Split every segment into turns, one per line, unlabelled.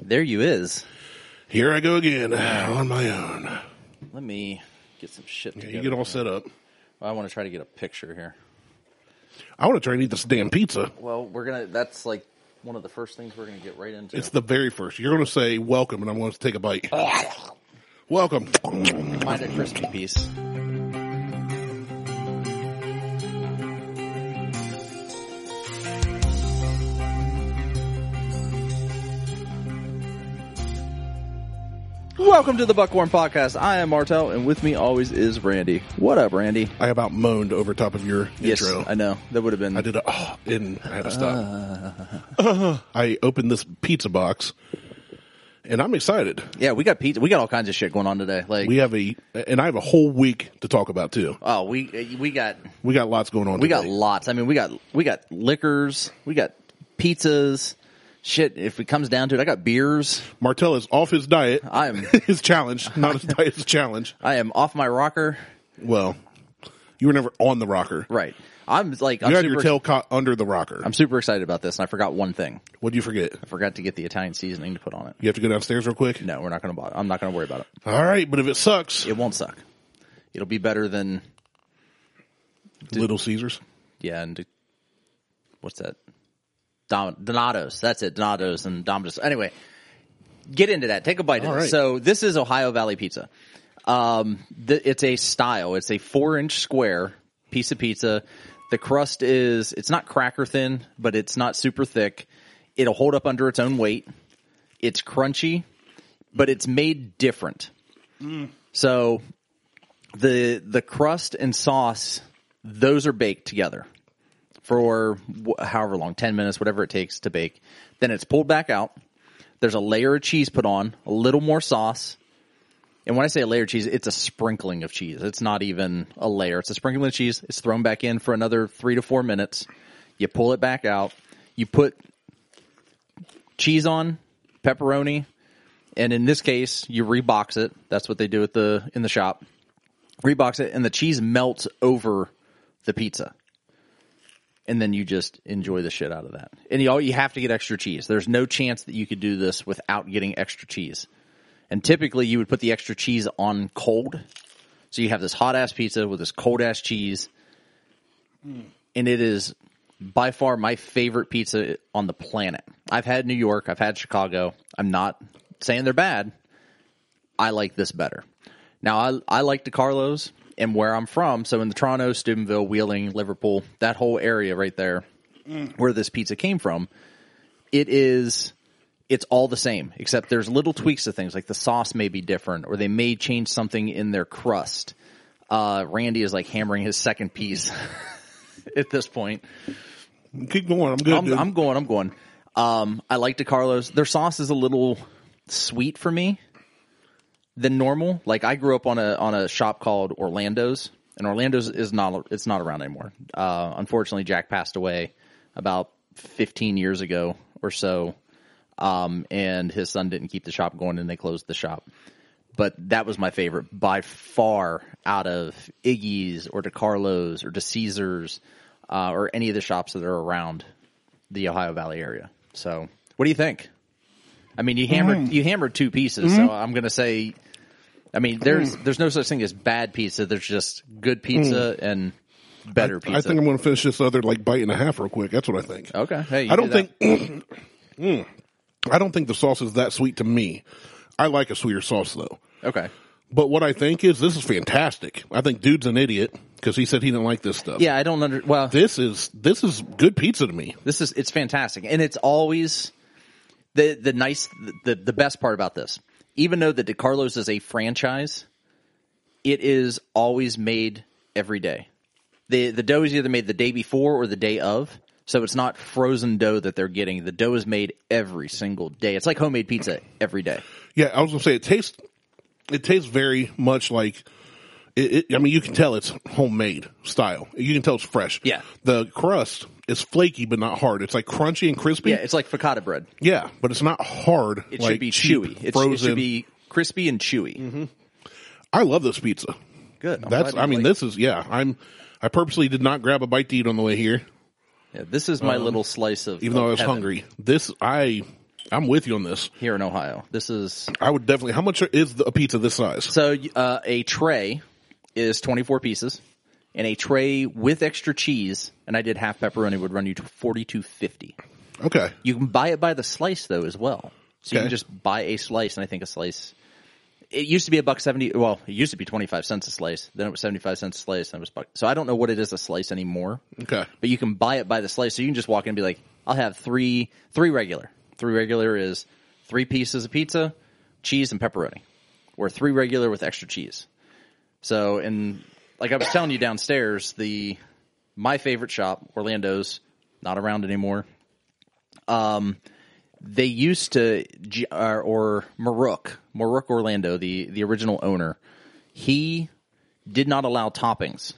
there you is.
Here I go again on my own.
Let me get some shit
Yeah,
together.
you get all set up.
I want to try to get a picture here.
I want to try and eat this damn pizza.
Well, we're gonna. That's like one of the first things we're gonna get right into.
It's the very first. You're going to say welcome, and I'm going to take a bite. welcome.
Find a crispy piece. Welcome to the Buckhorn Podcast. I am Martel, and with me always is Randy. What up, Randy?
I about moaned over top of your intro.
Yes, I know that would have been.
I did a oh, and I had to stop.
Uh.
I opened this pizza box, and I'm excited.
Yeah, we got pizza. We got all kinds of shit going on today. Like,
We have a, and I have a whole week to talk about too.
oh, we we got
We got lots going on.
we got lots. I mean, we got we got liquors, we got pizzas, shit. If it comes down to it, I got beers.
Martell is off his diet.
I am
his challenge, not his diet, his challenge.
I am off my rocker.
Well, you were never on the rocker.
Right. I'm like I'm
You had
super,
your tail caught under the rocker.
I'm super excited about this, and I forgot one thing.
What'd you forget?
I forgot to get the Italian seasoning to put on it.
You have to go downstairs real quick.
No, we're not going to bother. I'm not going to worry about it.
All right, but if it sucks,
It won't suck. It'll be better than
Little Caesars.
yeah. And what's that? Dom, Donatos. That's it. Donatos and Domino's. Anyway, get into that. Take a bite.
All
of it.
right.
So this is Ohio Valley pizza. Um, th- it's a style. It's a four inch square piece of pizza. The crust is it's not cracker thin, but it's not super thick. It'll hold up under its own weight. It's crunchy, but it's made different.
Mm.
So the the crust and sauce those are baked together for wh- however long 10 minutes whatever it takes to bake then it's pulled back out there's a layer of cheese put on a little more sauce and when i say a layer of cheese it's a sprinkling of cheese it's not even a layer it's a sprinkling of cheese it's thrown back in for another three to four minutes you pull it back out you put cheese on pepperoni and in this case you rebox it that's what they do at the in the shop rebox it and the cheese melts over the pizza and then you just enjoy the shit out of that and you all you have to get extra cheese there's no chance that you could do this without getting extra cheese and typically you would put the extra cheese on cold so you have this hot ass pizza with this cold ass cheese and it is by far my favorite pizza on the planet i've had new york i've had chicago i'm not saying they're bad I like this better. Now I I like DeCarlo's and where I'm from, so in the Toronto, Steubenville, Wheeling, Liverpool, that whole area right there where this pizza came from, it is it's all the same, except there's little tweaks to things like the sauce may be different or they may change something in their crust. Uh, Randy is like hammering his second piece at this point.
Keep going. I'm good.
I'm,
dude.
I'm going. I'm going. Um, I like DeCarlo's. Their sauce is a little sweet for me than normal. Like I grew up on a on a shop called Orlando's, and Orlando's is not it's not around anymore. Uh, unfortunately, Jack passed away about 15 years ago or so, um, and his son didn't keep the shop going, and they closed the shop. But that was my favorite by far out of Iggy's or DeCarlo's or DeCaesar's uh, or any of the shops that are around the Ohio Valley area. So, what do you think? I mean, you hammered
Mm.
you hammered two pieces, so
Mm-hmm.
I'm going to say, I mean, there's
Mm.
there's no such thing as bad pizza. There's just good pizza and better pizza.
I think I'm going to finish this other like bite and a half real quick. That's what I think.
okay, hey, you
I don't
did that.
think. Mm. I don't think the sauce is that sweet to me. I like a sweeter sauce though.
Okay,
But what I think is this is fantastic. I think dude's an idiot because he said he didn't like this stuff.
yeah, I don't under. Well,
This is this is good pizza to me.
This is it's fantastic, and it's always the the nice the the best part about this. Even though the DeCarlos is a franchise, it is always made every day. the The dough is either made the day before or the day of, so it's not frozen dough that they're getting. The dough is made every single day. It's like homemade pizza every day.
Yeah, I was gonna say it tastes. It tastes very much like. It, it, I mean, you can tell it's homemade style. You can tell it's fresh.
Yeah.
The crust is flaky but not hard. It's like crunchy and crispy.
Yeah, it's like focaccia bread.
Yeah, but it's not hard.
It
like
should be
cheap,
chewy. It's,
frozen.
It should be crispy and chewy.
I love this pizza.
Good. I'm
That's.
glad you
I mean,
like
this is. Yeah. I'm. I purposely did not grab a bite to eat on the way here,
it. Yeah, this is my little slice of
Um, even though
of
I was
Oh, heaven.
hungry. This I. I'm with you on this.
here in Ohio. This is
I would definitely. How much is the, a pizza this size?
so uh, a tray is 24 pieces, and a tray with extra cheese, and I did half pepperoni would run you to 42.50.
Okay,
You can buy it by the slice though as well. So you
Okay.
can just buy a slice, and I think a slice. It used to be a buck seventy. Well, it used to be twenty five cents a slice. Then it was seventy five cents a slice. Then it was buck. So I don't know what it is a slice anymore.
okay,
But you can buy it by the slice. So you can just walk in and be like, I'll have three three regular. Three regular is three pieces of pizza, cheese and pepperoni. Or three regular with extra cheese. So and like I was telling you downstairs, the my favorite shop, Orlando's, not around anymore. Um they used to G- or, or Marook, Marook Orlando, the the original owner, he did not allow toppings.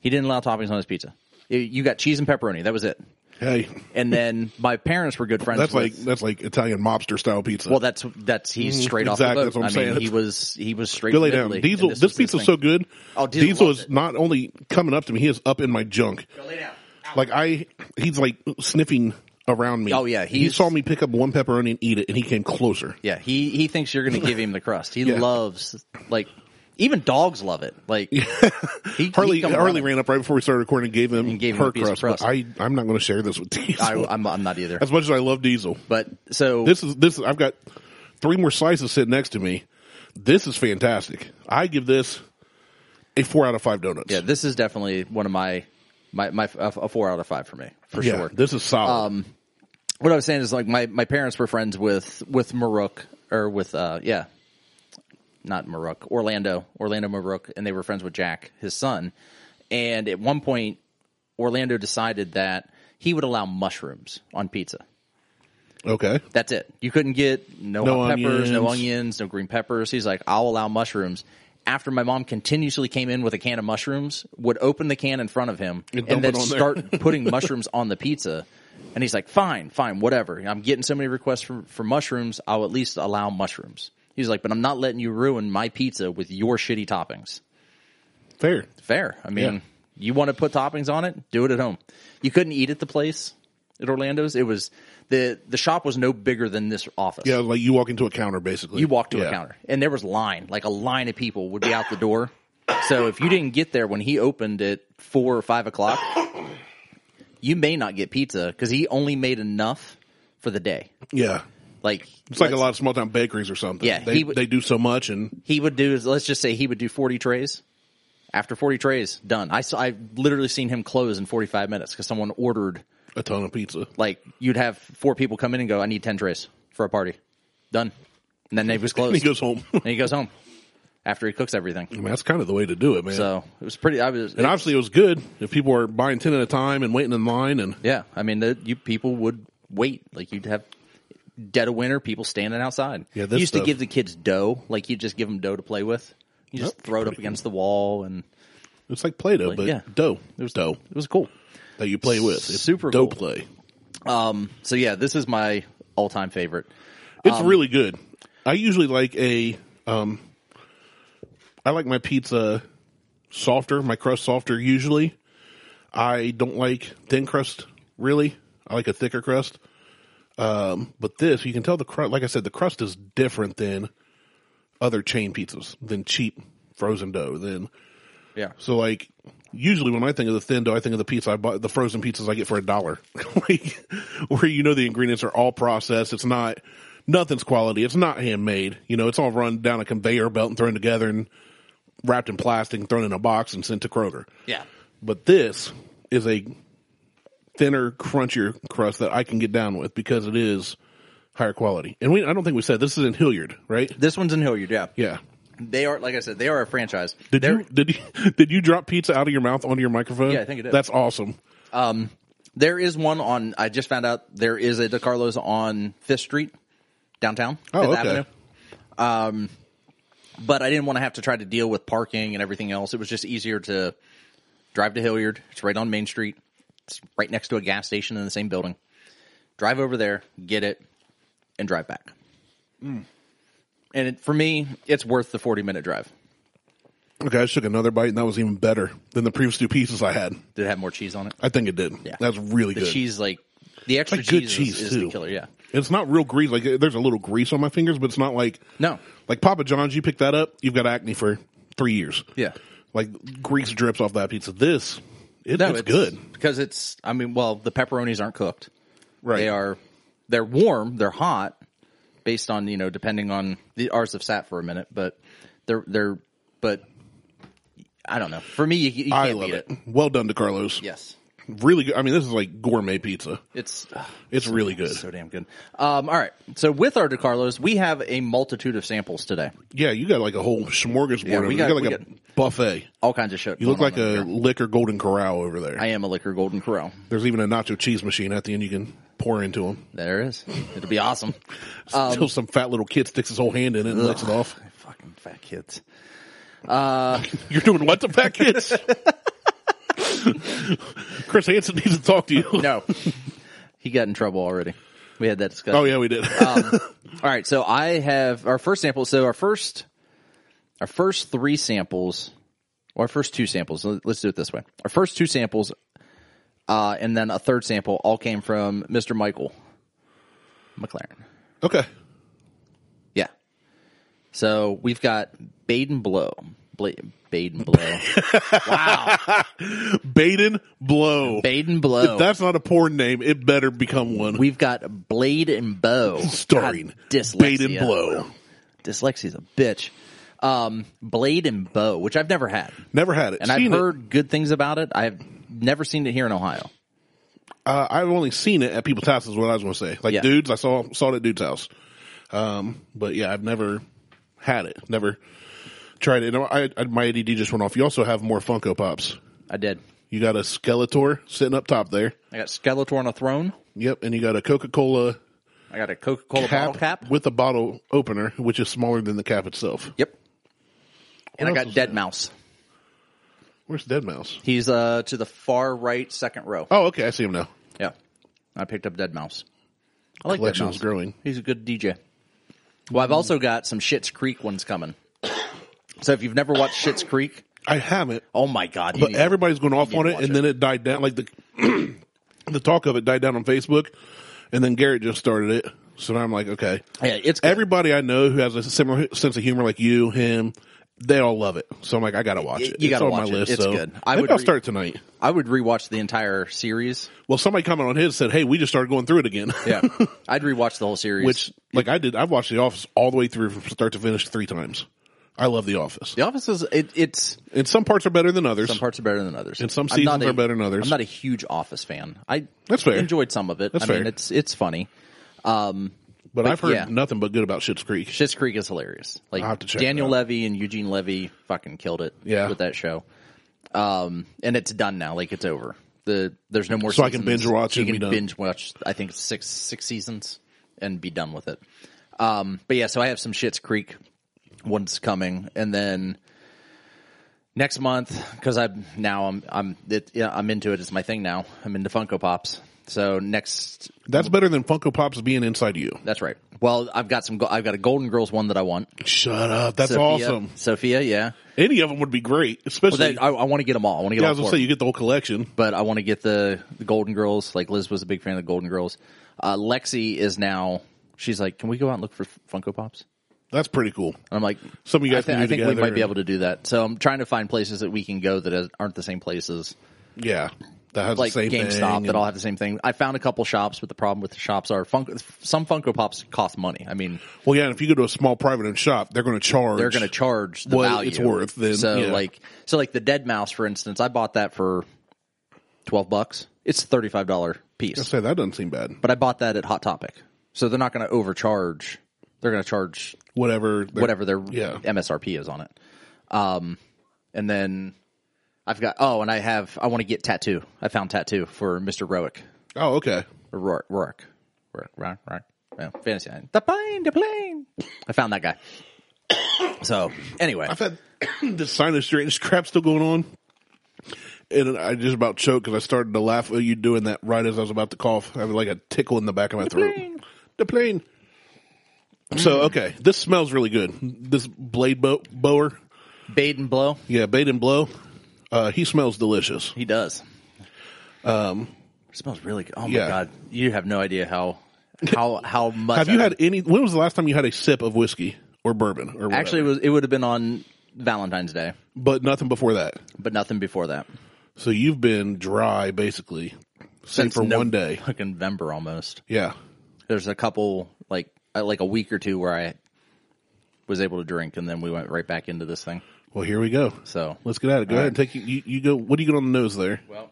He didn't allow toppings on his pizza. You- You got cheese and pepperoni. That was it.
hey,
And then my parents were good friends.
that's like
with,
that's like Italian mobster style pizza.
well, that's that's he's straight off
exactly,
the boat.
that's what I'm
I mean,
saying.
he was he was straight
Go lay
from
down.
Italy,
Diesel.
and
This,
was his
pizza's
thing.
so good.
Oh, Diesel
Diesel,
loves
is
it.
not only coming up to me; he is up in my junk. Like I, he's like sniffing around me.
Oh, yeah,
he
he's-
saw me pick up one pepperoni and eat it, and he came closer.
Yeah, he he thinks you're going to give him the crust. He
Yeah.
loves like even dogs love it. Like he,
Harley,
he come
Harley
running.
ran up right before we started recording and gave him
And gave him
her
a piece of
crust. but
crust.
I, I'm not going to share this with Diesel.
I, I'm I'm not either.
as much as I love Diesel,
But so
this is this. I've got three more slices sitting next to me. This is fantastic. I give this a four out of five donuts.
yeah, this is definitely one of my my my a a four out of five for me for
Yeah,
sure. Um,
This is solid.
what I was saying is like my, my parents were friends with with Marook or with uh yeah, not Marook Orlando Orlando Marook, and they were friends with Jack his son. And at one point, Orlando decided that he would allow mushrooms on pizza.
okay.
That's it. You couldn't get no,
No
hot peppers, no
onions.
onions, no green peppers. He's like, I'll allow mushrooms. After my mom continuously came in with a can of mushrooms, would open the can in front of him and,
dump
then
it on there.
start putting mushrooms on the pizza. And he's like, fine, fine, whatever. I'm getting so many requests for, for mushrooms. I'll at least allow mushrooms. He's like, but I'm not letting you ruin my pizza with your shitty toppings.
Fair.
Fair. I mean,
Yeah.
you want to put toppings on it? Do it at home. You couldn't eat at the place at Orlando's. It was the the shop was no bigger than this office.
Yeah, like you walk into a counter basically.
You walked to
Yeah.
a counter, and there was line, like a line of people would be out the door. So if you didn't get there when he opened at four or five o'clock, you may not get pizza because he only made enough for the day.
Yeah.
Like
It's like a lot of small town bakeries or something.
Yeah,
They,
he would-
they do so much and
he would do. Let's just say he would do forty trays. After forty trays, done. I saw. I literally seen him close in forty five minutes because someone ordered
a ton of pizza.
like you'd have four people come in and go, I need 10 trays for a party. Done. And then they was closed.
He goes home. I
and he goes home after he cooks everything.
mean, that's kind of the way to do it, man.
So it was pretty, I was,
and obviously it was good if people were buying 10 at a time and waiting in line and
yeah, I mean, the, you people would wait. Like you'd have dead of winter, people standing outside.
Yeah,
you
this
used
stuff-
to give the kids dough. Like you just give them dough to play with. You just
Yep.
throw it up against the wall and
it's like Play-Doh, but
yeah.
dough. It was dough
it was cool.
that you play with. It's
Super
dough
cool.
play.
Um, So yeah, this is my all time favorite.
It's really good. I usually like a um I like my pizza softer, my crust softer usually. I don't like thin crust really. I like a thicker crust. Um but this you can tell the crust like I said the crust is different than other chain pizzas, than cheap frozen dough, than
Yeah.
so like usually when I think of the thin dough, I think of the pizza I bought the frozen pizzas I get for a dollar. like where you know the ingredients are all processed. It's not nothing's quality. It's not handmade. You know, it's all run down a conveyor belt and thrown together and wrapped in plastic and thrown in a box and sent to Kroger.
Yeah.
But this is a thinner, crunchier crust that I can get down with because it is higher quality. And we I don't think we said this is in Hilliard, right?
This one's in Hilliard. Yeah.
Yeah.
They are, like I said, they are a franchise.
Did
They're-
you did you did you drop pizza out of your mouth onto your microphone?
Yeah, I think I did.
That's awesome.
There is one on. I just found out there is a DeCarlo's on Fifth Street downtown, Fifth
Oh, okay.
Avenue. Um, but I didn't want to have to try to deal with parking and everything else. It was just easier to drive to Hilliard. It's right on Main Street. It's right next to a gas station in the same building. Drive over there, get it, and drive back.
Hmm.
And it, for me, it's worth the forty minute drive.
Okay, I just took another bite and that was even better than the previous two pieces I had.
Did it have more cheese on it?
I think it did. That's really
the
good.
cheese like The extra
Like, good
cheese,
cheese,
is, is
too.
the killer. Yeah.
It's not real grease. Like there's a little grease on my fingers, but it's not like
No.
Like Papa John's, you pick that up, you've got acne for three years.
Yeah.
Like grease drips off that pizza. This, it,
No,
it's, good.
because it's. I mean, well, the pepperonis aren't cooked.
Right.
They are. They're warm. They're hot. Based on you know, depending on the ours have sat for a minute, but they're they're. But I don't know. For me, you, you can't
I love
beat
it. Well done to Carlos.
Yes.
Really good. I mean, this is like gourmet pizza.
It's ugh,
It's really good.
so damn good. Um, all right. So with our DeCarlos, we have a multitude of samples today.
Yeah, you got like a whole smorgasbord.
Yeah,
over
we
there.
got-
you got like
we
a buffet.
All kinds of shit.
You look like a liquor golden corral over there.
I am a liquor golden corral.
There's even a nacho cheese machine at the end you can pour into them
There it is. It'll be awesome. Um,
until some fat little kid sticks his whole hand in it and licks it off.
Fucking fat kids.
You're doing what to fat kids? Chris Hansen needs to talk to you.
No, he got in trouble already. We had that discussion.
Oh yeah, we did.
Um,
Oh.
All right. So I have our first sample. So our first, our first three samples, or our first two samples. let- Let's do it this way. Our first two samples, uh, and then a third sample, all came from Mr. Michael McLaren.
okay.
Yeah. So we've got Baden Blow. Bla- Baden Blow.
Baden Blow.
Baden Blow.
That's not a porn name. It better become one.
We've got Blade and Bow.
Starring
God, dyslexia.
Baden Blow.
Dyslexia's a bitch. Um, Blade and Bow, which I've never had.
Never had it.
And
Seen
I've
it.
heard good things about it. I've never seen it here in Ohio.
Uh, I've only seen it at people's houses. Is what I was going to say. Like
Yeah.
dudes, I saw saw it at dude's house. Um, but yeah, I've never had it. Never tried it. And I, I, my ADD just went off. You also have more Funko Pops.
I did.
You got a Skeletor sitting up top there.
I got Skeletor on a throne.
Yep, and you got a Coca Cola
I got a Coca Cola bottle cap.
with a bottle opener, which is smaller than the cap itself.
Yep. And I
What else
got
was
Dead Mouse.
Where's Dead Mouse?
He's uh to the far right, second row.
Oh, okay, I see him now.
Yeah. I picked up Dead Mouse. I like Dead
Collection is
Mouse.
growing.
He's a good DJ. Well, I've also got some Shits Creek ones coming. So if you've never watched Shits Creek,
I haven't,
oh my god! you
but
need-
everybody's going off
need
on
to
it,
watch
and
it.
then it died down. Like the the talk of it died down on Facebook, and then Garrett just started it. So now I'm like, okay,
yeah, it's good.
everybody I know who has a similar sense of humor, like you, him, they all love it. So I'm like, I gotta watch
You-
it.
you
it's
gotta
on
watch
my
it.
list.
It's
so
good. I
I think
would
I'll
re-
start tonight.
I would rewatch the entire series.
Well, somebody commented on his said, "Hey, we just started going through it again."
Yeah, I'd rewatch the whole series.
Which, like I did, I've watched The Office all the way through from start to finish three times. I love The Office,
The Office is it, it's
and some parts are better than others.
some parts are better than others,
And some
I'm not
seasons
a-
are better than others.
I'm not a huge Office fan. I
That's fair.
Enjoyed some of it.
That's
I mean,
fair.
it's it's funny.
but, I've heard
yeah.
nothing but good about Shit's Creek.
Schitt's Creek is hilarious. Like
I'll have to check
Daniel
it out.
Levy and Eugene Levy fucking killed it.
Yeah.
with that show. Um, and it's done now. Like it's over. The there's no more.
So I can
seasons.
binge watch
You
and
can
be done.
binge watch. I think six six seasons and be done with it. Um, but yeah, so I have some Shit's Creek ones coming, and then next month because I'm now I'm I'm it, yeah, I'm into it. It's my thing now. I'm into Funko Pops. So next
That's better than Funko Pops being inside you.
that's right. Well, I've got some. go- I've got a Golden Girls one that I want.
Shut up. That's
Sophia.
awesome.
Sophia, yeah.
Any of them would be great, especially.
That, I, I want to get them all. I want to get
yeah, I
all
was gonna
four.
say you get the whole collection.
but I want to get the, the Golden Girls. Like Liz was a big fan of the Golden Girls. Uh, Lexi is now. She's like, can we go out and look for Funko Pops?
That's pretty cool.
And I'm like,
Some of you
I,
guys
thi-
can do
I think we
together
might be
and-
able to do that. So I'm trying to find places that we can go that is- aren't the same places,
Yeah, that has
like
the same
GameStop,
thing.
that all have the same thing. I found a couple shops, but the problem with the shops are Funko, some Funko Pops cost money. I mean,
well, yeah, and if you go to a small private owned shop, they're going to charge.
they're going to charge the
Well,
value
it's worth, then,
so
yeah.
like so like the dead mouse for instance i bought that for 12 bucks it's a $35 piece
say that doesn't seem bad.
but i bought that at hot topic so they're not going to overcharge they're going to charge
Whatever. they're-
whatever their
Yeah.
msrp is on it um and then i've got oh and i have i want to get tattoo i found tattoo for mr roick
Oh, okay.
or rourke rourke rourke rourke, rourke. Yeah, fantasy Island. the plane the plane i found that guy so anyway
I've had this sinus drainage crap still going on. And I just about choked because I started to laugh at you doing that right as I was about to cough. I had like a tickle in the back of my throat.
plane.
The plane. So, okay. This smells really good. This blade bow- bower.
bait and blow
Yeah, bait and blow. Uh, he smells delicious.
He does. Um, smells really good. Oh my
Yeah.
god, you have no idea how how how much.
Have you
I-
had any? When was the last time you had a sip of whiskey or bourbon or whatever?
Actually, it, was, it would have been on Valentine's Day,
but nothing before that.
but nothing before that.
So you've been dry basically, save
Since
for
no-
one day.
like November almost.
Yeah,
There's a couple like uh, like a week or two where I was able to drink, and then we went right back into this thing.
Well, here we go.
So
Let's get at it. Go ahead and take you, you. You go. What do you get on the nose there?
well,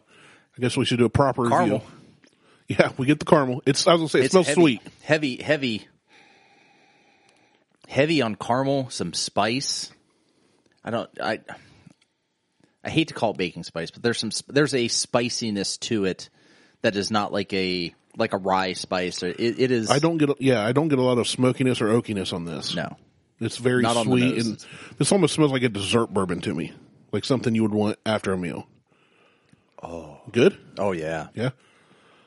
I guess we should do a proper
Caramel.
review. Yeah, we get the caramel. It's. I was gonna say it
it's
smells
heavy,
sweet.
heavy, heavy, heavy on caramel, some spice. I don't. I I hate to call it baking spice, but there's some sp- there's a spiciness to it that is not like a like a rye spice. Or it, it is.
I don't get. a- Yeah, I don't get a lot of smokiness or oakiness on this.
know.
it's very
Not on the
sweet,
nose.
and this almost smells like a dessert bourbon to me, like something you would want after a meal. Oh, good.
Oh yeah.
Yeah.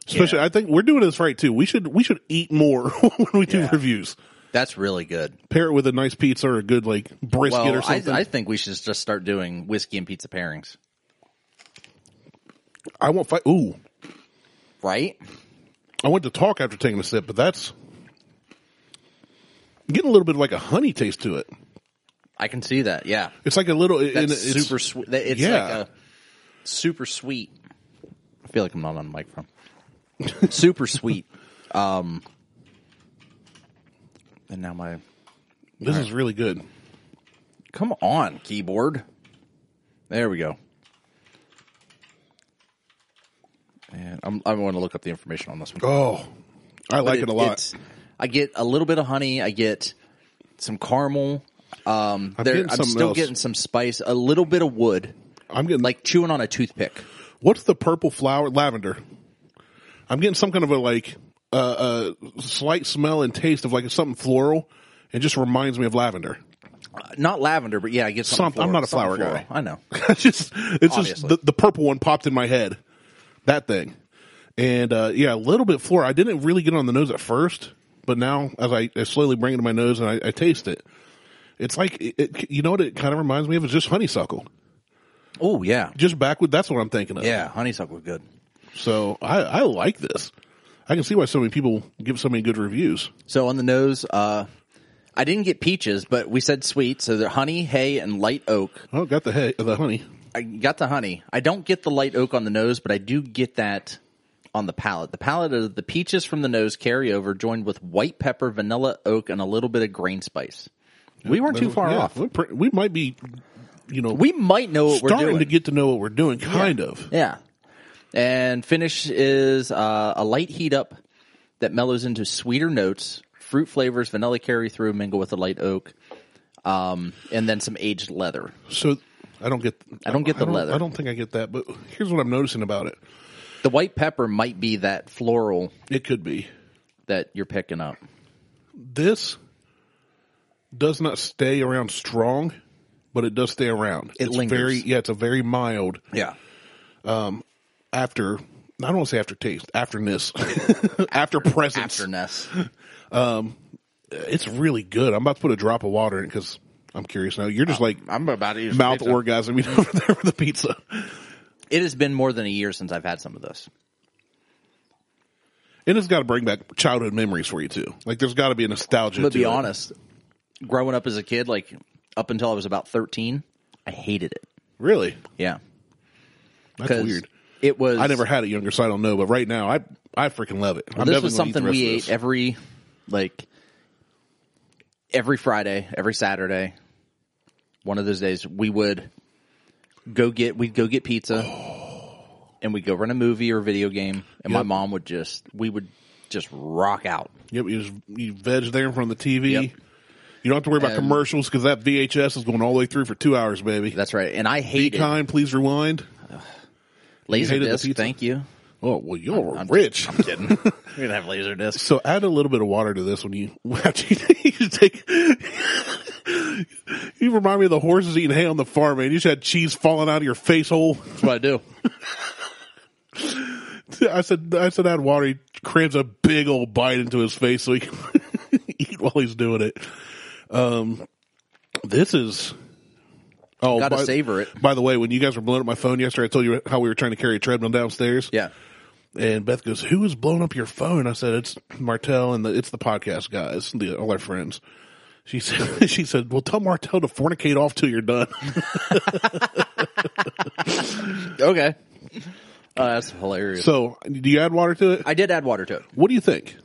Especially, I think we're doing this right too. We should we should eat more when we do
Yeah.
reviews.
That's really good.
Pair it with a nice pizza or a good like brisket
Well,
or
I,
something.
I think we should just start doing whiskey and pizza pairings,
I want. Fi- Ooh,
right?
I went to talk after taking a sip, but that's getting a little bit of like a honey taste to it.
I can see that. Yeah,
It's like a little. it-
that's
it- it's,
super sweet. It's like
yeah.
a super sweet. I feel like I'm not on the microphone. super sweet. Um, and now my
This is really good.
come on keyboard. There we go. And I'm, I want to look up the information on this one.
Oh, I like it,
It-
a lot.
it's- I get a little bit of honey. I get some caramel. Um,
I'm
there-
getting
I'm
something
still
else.
getting some spice, a little bit of wood,
I'm getting like
like chewing on a toothpick.
what's the purple flower? Lavender. I'm getting some kind of a like a uh, uh, slight smell and taste of like something floral. It just reminds me of lavender.
Uh, Not lavender, but yeah, I get something.
Something- I'm
floral-
not a flower
something
guy.
floral. I know.
it's just it's just
Obviously.
the, the purple one popped in my head that thing and uh yeah a little bit floral i didn't really get it on the nose at first but now as i, I slowly bring it to my nose and i, I taste it it's like it, it, you know what it kind of reminds me of is just honeysuckle
Oh yeah,
just backward that's what i'm thinking of
yeah, honeysuckle good.
so i i like this i can see why so many people give so many good reviews
So on the nose, uh, I didn't get peaches, but we said sweet. So they're honey, hay, and light oak.
oh got the hay the honey
I got the honey. I don't get the light oak on the nose, but I do get that on the palate. The palate of the peaches from the nose carry over, joined with white pepper, vanilla oak, and a little bit of grain spice. We weren't too far
Yeah,
off.
we're pre- we might be you know
We might know what we're
starting
doing.
to get to know what we're doing kind of
yeah. And finish is uh, a light heat up that mellows into sweeter notes, fruit flavors, vanilla carry through, mingle with the light oak, um, and then some aged leather.
So I don't get.
I don't get the leather.
I don't think I get that. But here's what I'm noticing about it.
The white pepper might be that floral
It could be
that you're picking up.
this does not stay around strong, but it does stay around. it's
lingers.
very yeah. It's a very mild
Yeah.
after. I don't want to say aftertaste, afterness, after presence.
Afterness.
It's really good. I'm about to put a drop of water in because I'm curious now. You're just like
I'm about to use
mouth orgasming over there with the pizza.
It has been more than a year since I've had some of this.
And it's got to bring back childhood memories for you too. Like there's got to be a nostalgia.
But
to
be
it.
honest, growing up as a kid, like up until I was about 13, I hated it.
really,
Yeah.
that's
'Cause
weird.
It was.
I never had it younger, so I don't know. But right now, I I freaking love it. I'm
this was
definitely gonna eat the
something
rest
we
of
ate
this.
every, like, every Friday, every Saturday. One of those days, we would go get we'd go get pizza, and we'd go rent a movie or a video game, and my
Yep.
mom would just we would just rock out.
Yep, you, just, you veg there in front of the TV.
Yep.
You don't have to worry about
And-
commercials because that VHS is going all the way through for two hours, baby.
That's Uh, right, and I
Be
hated
kind, please rewind.
laser
hated the
disc.
pizza?
Thank you.
Oh well, you're rich.
kidding. We're gonna have laser discs.
so add a little bit of water to this when you after you, you take. you remind me of the horses eating hay on the farm, man. You just had cheese falling out of your face hole.
That's what I do.
I said, I said, add water. He crams a big old bite into his face so he can eat while he's doing it. Um, this is. Oh,
Gotta
by-
savor it.
By the way, when you guys were blowing up my phone yesterday, I told you how we were trying to carry a treadmill downstairs.
Yeah.
And Beth goes, "Who is blowing up your phone?" I said, "It's Martell and the, it's the podcast guys, the, all our friends." She said, "She said, well, tell Martell to fornicate off till you're done."
Okay. Uh, that's hilarious.
so, do you add water to it?
I did add water to it.
What do you think?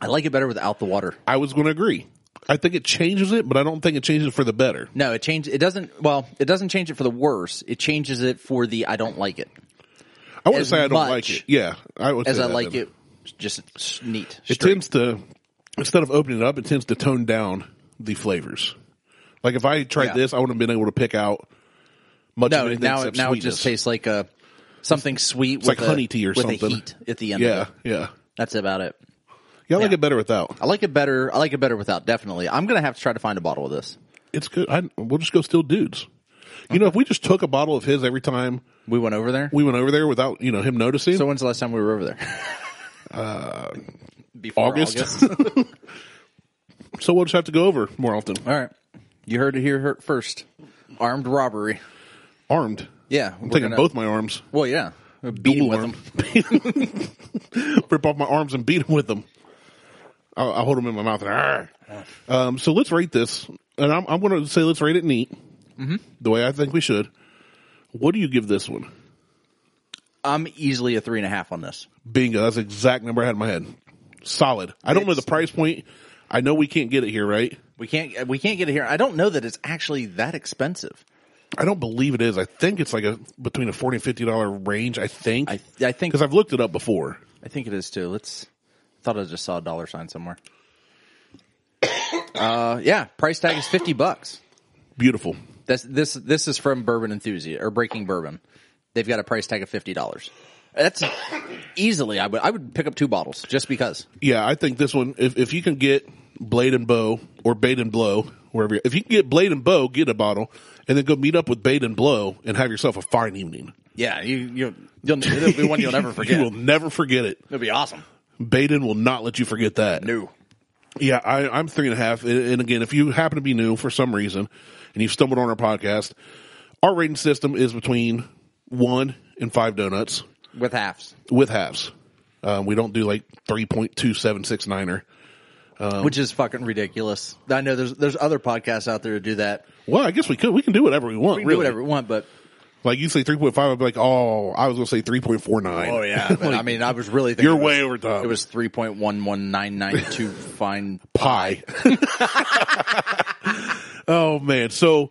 I like it better without the water.
I was going to agree. I think it changes it, but I don't think it changes it for the better.
No, it changes. It doesn't. Well, it doesn't change it for the worse. It changes it for the I don't like it
I wouldn't
As
say I don't like
much
it. Yeah, I would
as
say
I
that
like
then.
it. Just s- neat.
It
straight.
tends to instead of opening it up, it tends to tone down the flavors. Like if I had tried
Yeah.
this, I wouldn't have been able to pick out much of
no,
anything
now
except
now it
sweetness.
just tastes like a something sweet with
like
a,
honey tea or
with
something.
a heat at the end.
yeah,
of it.
yeah,
that's about it.
yeah. I like
Yeah.
it better without.
I like it better. I like it better without. Definitely. I'm gonna have to try to find a bottle of this.
It's good. I, we'll just go still dudes. You know, if we just took a bottle of his every time
We went over there.
we went over there without you know him noticing,
so when's the last time we were over there? Uh, Before
Uh, August. so we'll just have to go over more often.
All right. You heard it here her- first. Armed robbery.
Armed,
Yeah.
I'm taking both my arms.
Well, yeah. Beat him with
Dual
them.
arm. Rip off my arms and beat him with them. I'll, I'll hold them in my mouth and "Arr."
Ah.
um, so let's rate this, and I'm, I'm going to say let's rate it neat,
Mm-hmm.
the way I think we should. What do you give this one?
I'm easily a three and a half on this.
Bingo! That's the exact number I had in my head. Solid. I don't know the
It's-
price point. I know we can't get it here, right?
We can't. uh, We can't get it here. I don't know that it's actually that expensive.
I don't believe it is. I think it's like a between a forty and fifty dollar range. I think
I. I think.
because I've looked it up before.
I think it is too. Let's. I thought I just saw a dollar sign somewhere. Uh, yeah. Price tag is fifty bucks.
Beautiful.
That's this. This is from Bourbon Enthusiast or Breaking Bourbon. They've got a price tag of fifty dollars. That's easily. I would. I would pick up two bottles just because.
Yeah, I think this one. If if you can get Blade and Bow or Bait and Blow, wherever. you- If you can get Blade and Bow, get a bottle, and then go meet up with Bait and Blow and have yourself a fine evening.
Yeah. You. You. You'll. It'll be one you'll never forget.
You will never forget it.
It'll be awesome.
Baden will not let you forget that.
New.
Yeah, I, I'm three and a half. And and again, if you happen to be new for some reason and you've stumbled on our podcast, our rating system is between one and five donuts.
With halves.
with halves. Um, we don't do like 3.2769er.
which is fucking ridiculous. I know there's there's other podcasts out there who do that.
Well, I guess we could. We can do whatever we want,
We can
really.
do whatever we want, but
Like you say 3.5, I'd be like, oh, I was going to say 3.49.
Oh, yeah. But, I mean, I was really thinking
You're
it was-
way over top.
It was three point one one nine nine two fine.
pie. oh, man. So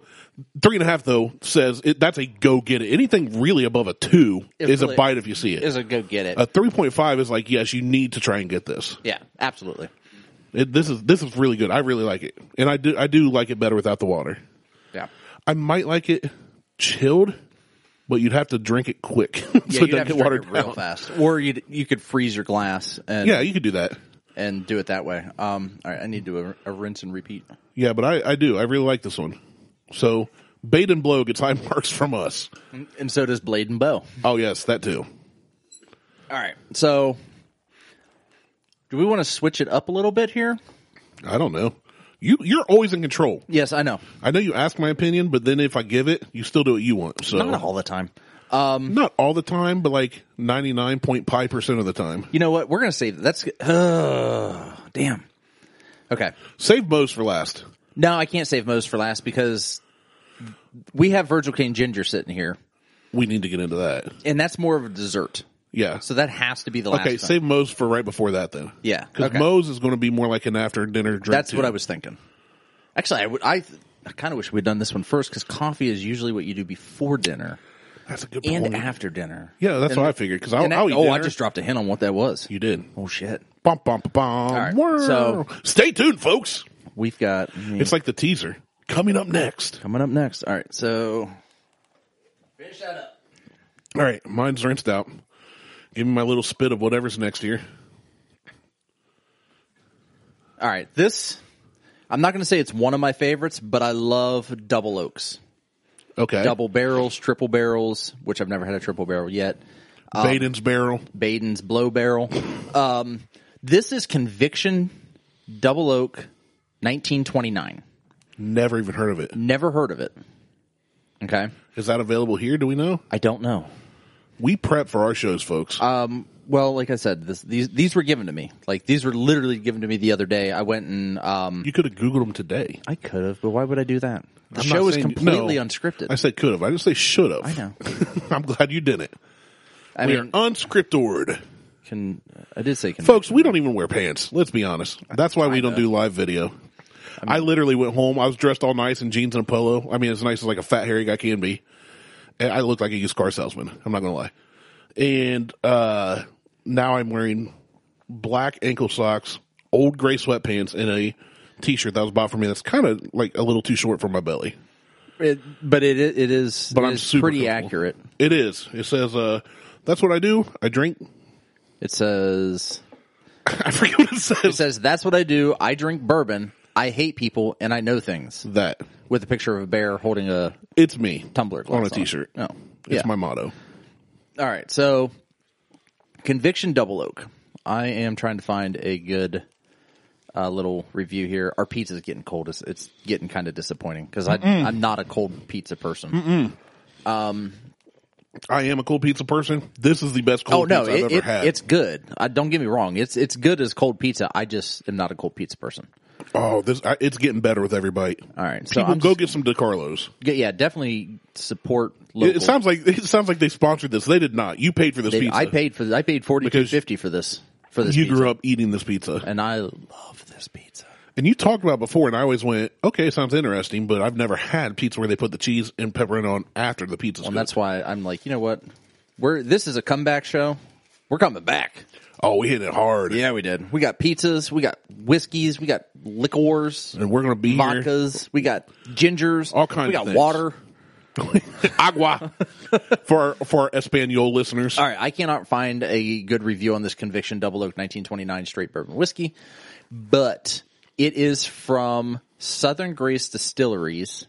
three and a half, though, says it, that's a go get it. Anything really above a two
It's
is
really-
a bite if you see it.
Is a go get it?
a 3.5 is like, yes, you need to try and get this.
yeah, absolutely.
It, this is this is really good. I really like it. And I do I do like it better without the water.
Yeah.
I might like it chilled, but you'd have to drink it quick. so
Yeah,
it
you'd
doesn't
have to drink
get watered
it real
down.
fast, or you you could freeze your glass and
Yeah, you could do that.
and do it that way. Um, all right, I need to do a, a rinse and repeat.
Yeah, but I, I do. I really like this one. So bait and blow gets high marks from us.
And so does Blade and Bow.
Oh yes, that too.
All right, so do we want to switch it up a little bit here?
I don't know. You you're always in control.
Yes, I know,
I know you ask my opinion, but then if I give it, you still do what you want. So
not all the time.
Not all the time, but like ninety nine point five percent of the time.
You know what? We're gonna save that. That's uh, damn. Okay.
Save most for last.
No, I can't save most for last because we have Virgil Cane Ginger sitting here,
We need to get into that.
and that's more of a dessert.
Yeah.
So that has to be the last.
okay,
thing.
save Moe's for right before that then.
Yeah,
Because
okay.
Moe's is going to be more like an after dinner drink.
That's
too.
what I was thinking. Actually, I would. I, th- I kind of wish we'd done this one first because coffee is usually what you do before dinner
That's a good
and
point.
after dinner.
yeah, that's
And-
what I figured. Because I'll,
and
I'll
that-
eat
oh, I
dinner.
just dropped a hint on what that was.
You did.
Oh shit!
Bum, bum, bum, bum.
right,
Whirr.
so-
Stay tuned, folks.
We've got
It's like the teaser. Coming up next.
coming up next. All right, so finish that up.
All right, mine's rinsed out. Give me my little spit of whatever's next here.
All right, this I'm not going to say it's one of my favorites, but I love double oaks,
Okay.
double barrels, triple barrels, which I've never had a triple barrel yet. uh,
Baden's barrel.
Baden's blow barrel. Um, this is conviction double oak, 1929.
Never even heard of it.
Never heard of it. Okay,
Is that available here? Do we know?
I don't know.
We prep for our shows, folks.
Um, Well, like I said, this, these these were given to me. Like these were literally given to me the other day. I went and um,
you could have Googled them today.
I could have, but why would I do that? The
I'm
show
not
is
saying-
completely
no.
unscripted.
I said could have. I didn't say should have.
I know.
I'm glad you didn't.
I
we
mean,
are unscripted.
can I did say can
Folks, we don't even wear pants. Let's be honest. That's why we don't do live video. I literally went home. I was dressed all nice in jeans and a polo. I mean, as nice as like a fat hairy guy can be. And I looked like a used car salesman. I'm not gonna lie. And uh now I'm wearing black ankle socks, old gray sweatpants, and a t-shirt that was bought for me. That's kind of like a little too short for my belly.
It, but it it is
But
it
I'm
is
super
pretty
comfortable.
accurate.
It is. It says, uh, "That's what I do. I drink."
It says
I forget what it
it
says.
says that's what I do. I drink bourbon. I hate people and I know things.
That
With a picture of a bear holding a
it's me.
tumbler glass
on a t-shirt.
Oh,
It's
yeah.
my motto.
All right, so Conviction Double Oak. I am trying to find a good uh, little review here. Our pizza's getting cold. It's, it's getting kind of disappointing because I'm not a cold pizza person.
I am a cold pizza person. This is the best
Oh
cold
no,
pizza I've
it,
ever
it,
had.
it's good. I, don't get me wrong. It's it's good as cold pizza. I just am not a cold pizza person.
oh, this I, it's getting better with every bite.
All right, so
People
I'm
go
just-
get some DeCarlos.
yeah, definitely support
It,
local.
it sounds like it sounds like they sponsored this. They did not. You paid for this pizza.
I paid for I paid forty two
Because
fifty for this for this
You
pizza,
grew up eating this pizza,
and I love this pizza.
and you talked about it before, and I always went, "Okay, sounds interesting," but I've never had pizza where they put the cheese and pepperoni on after the pizza.
And that's why I'm like, you know what? We're this is a comeback show. We're coming back.
oh, we hit it hard.
Yeah, we did. We got pizzas, we got whiskeys, we got liquors,
and we're gonna be here.
vodkas, we got gingers,
All kinds
We
of
got
things.
water.
agua for our, for our Espanol listeners.
All right, I cannot find a good review on this Conviction Double Oak 1929 Straight Bourbon Whiskey, but it is from Southern Grace Distilleries,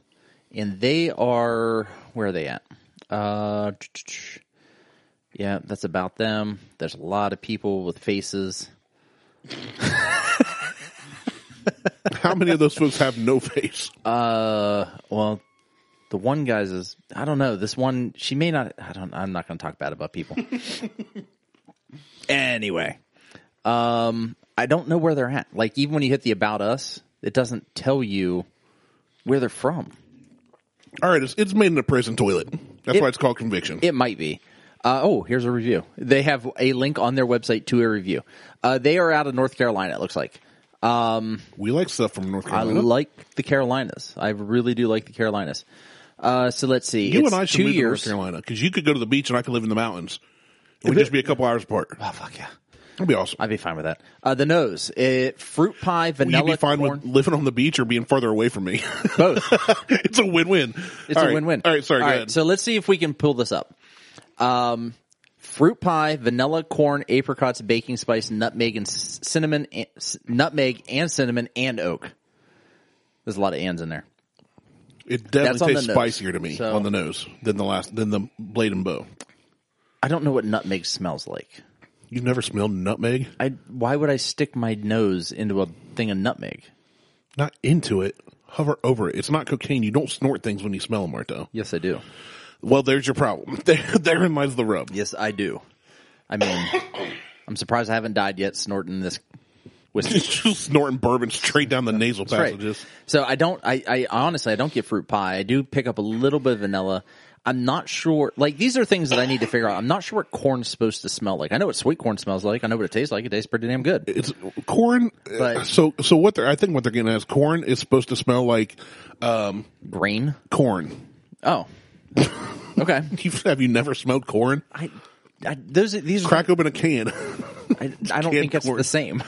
and they are where are they at? Uh, yeah, that's about them. There's a lot of people with faces.
How many of those folks have no face?
Uh, Well, the one guy's is I don't know. This one she may not. I don't. I'm not going to talk bad about people. anyway, um, I don't know where they're at. Like even when you hit the about us, it doesn't tell you where they're from.
All right, it's, it's made in a prison toilet. That's
It-
why it's called conviction.
It might be. Uh, oh, here's a review. They have a link on their website to a review. Uh, they are out of North Carolina. It looks like.
we like stuff from North
I
Carolina.
like the Carolinas. I really do like the Carolinas. Uh, so let's see.
you
It's
and I should
two
move
years.
to North Carolina because you could go to the beach and I could live in the mountains. It would just be a couple hours apart.
Oh fuck yeah.
That'd be awesome.
I'd be fine with that. Uh, the nose, it, fruit pie,
You'd
vanilla,
be fine
corn,
with living on the beach or being farther away from me.
both.
it's a win-win.
It's a win-win.
All right, sorry.
All
go
right,
ahead.
so let's see if we can pull this up. Um, fruit pie, vanilla, corn, apricots, baking spice, nutmeg, and c- cinnamon, and, c- nutmeg and cinnamon and oak. There's a lot of ands in there.
it
that's on
definitely
the
tastes
nose.
spicier to me
So-
on the nose than the last than the blade and bow.
I don't know what nutmeg smells like.
You've never smelled nutmeg?
I why would I stick my nose into a thing of nutmeg?
Not into it. Hover over it. It's not cocaine. You don't snort things when you smell them, Marto.
Yes, I do.
Well, there's your problem. There, therein lies the rub.
Yes, I do. I mean, I'm surprised I haven't died yet snorting this whiskey.
Snorting bourbon straight down the nasal
That's right.
passages.
So I don't. I, I honestly I don't get fruit pie. I do pick up a little bit of vanilla. I'm not sure. Like these are things that I need to figure out. I'm not sure what corn's supposed to smell like. I know what sweet corn smells like. I know what it tastes like. It tastes pretty damn good.
It's corn. uh,
But-
so, so what they're, I think what they're getting at is corn is supposed to smell like, um,
Grain.
corn.
Oh. Okay.
You've, have you never smelled corn?
I. I those are- these.
Crack open a can.
I, I don't think it's
corn.
the same.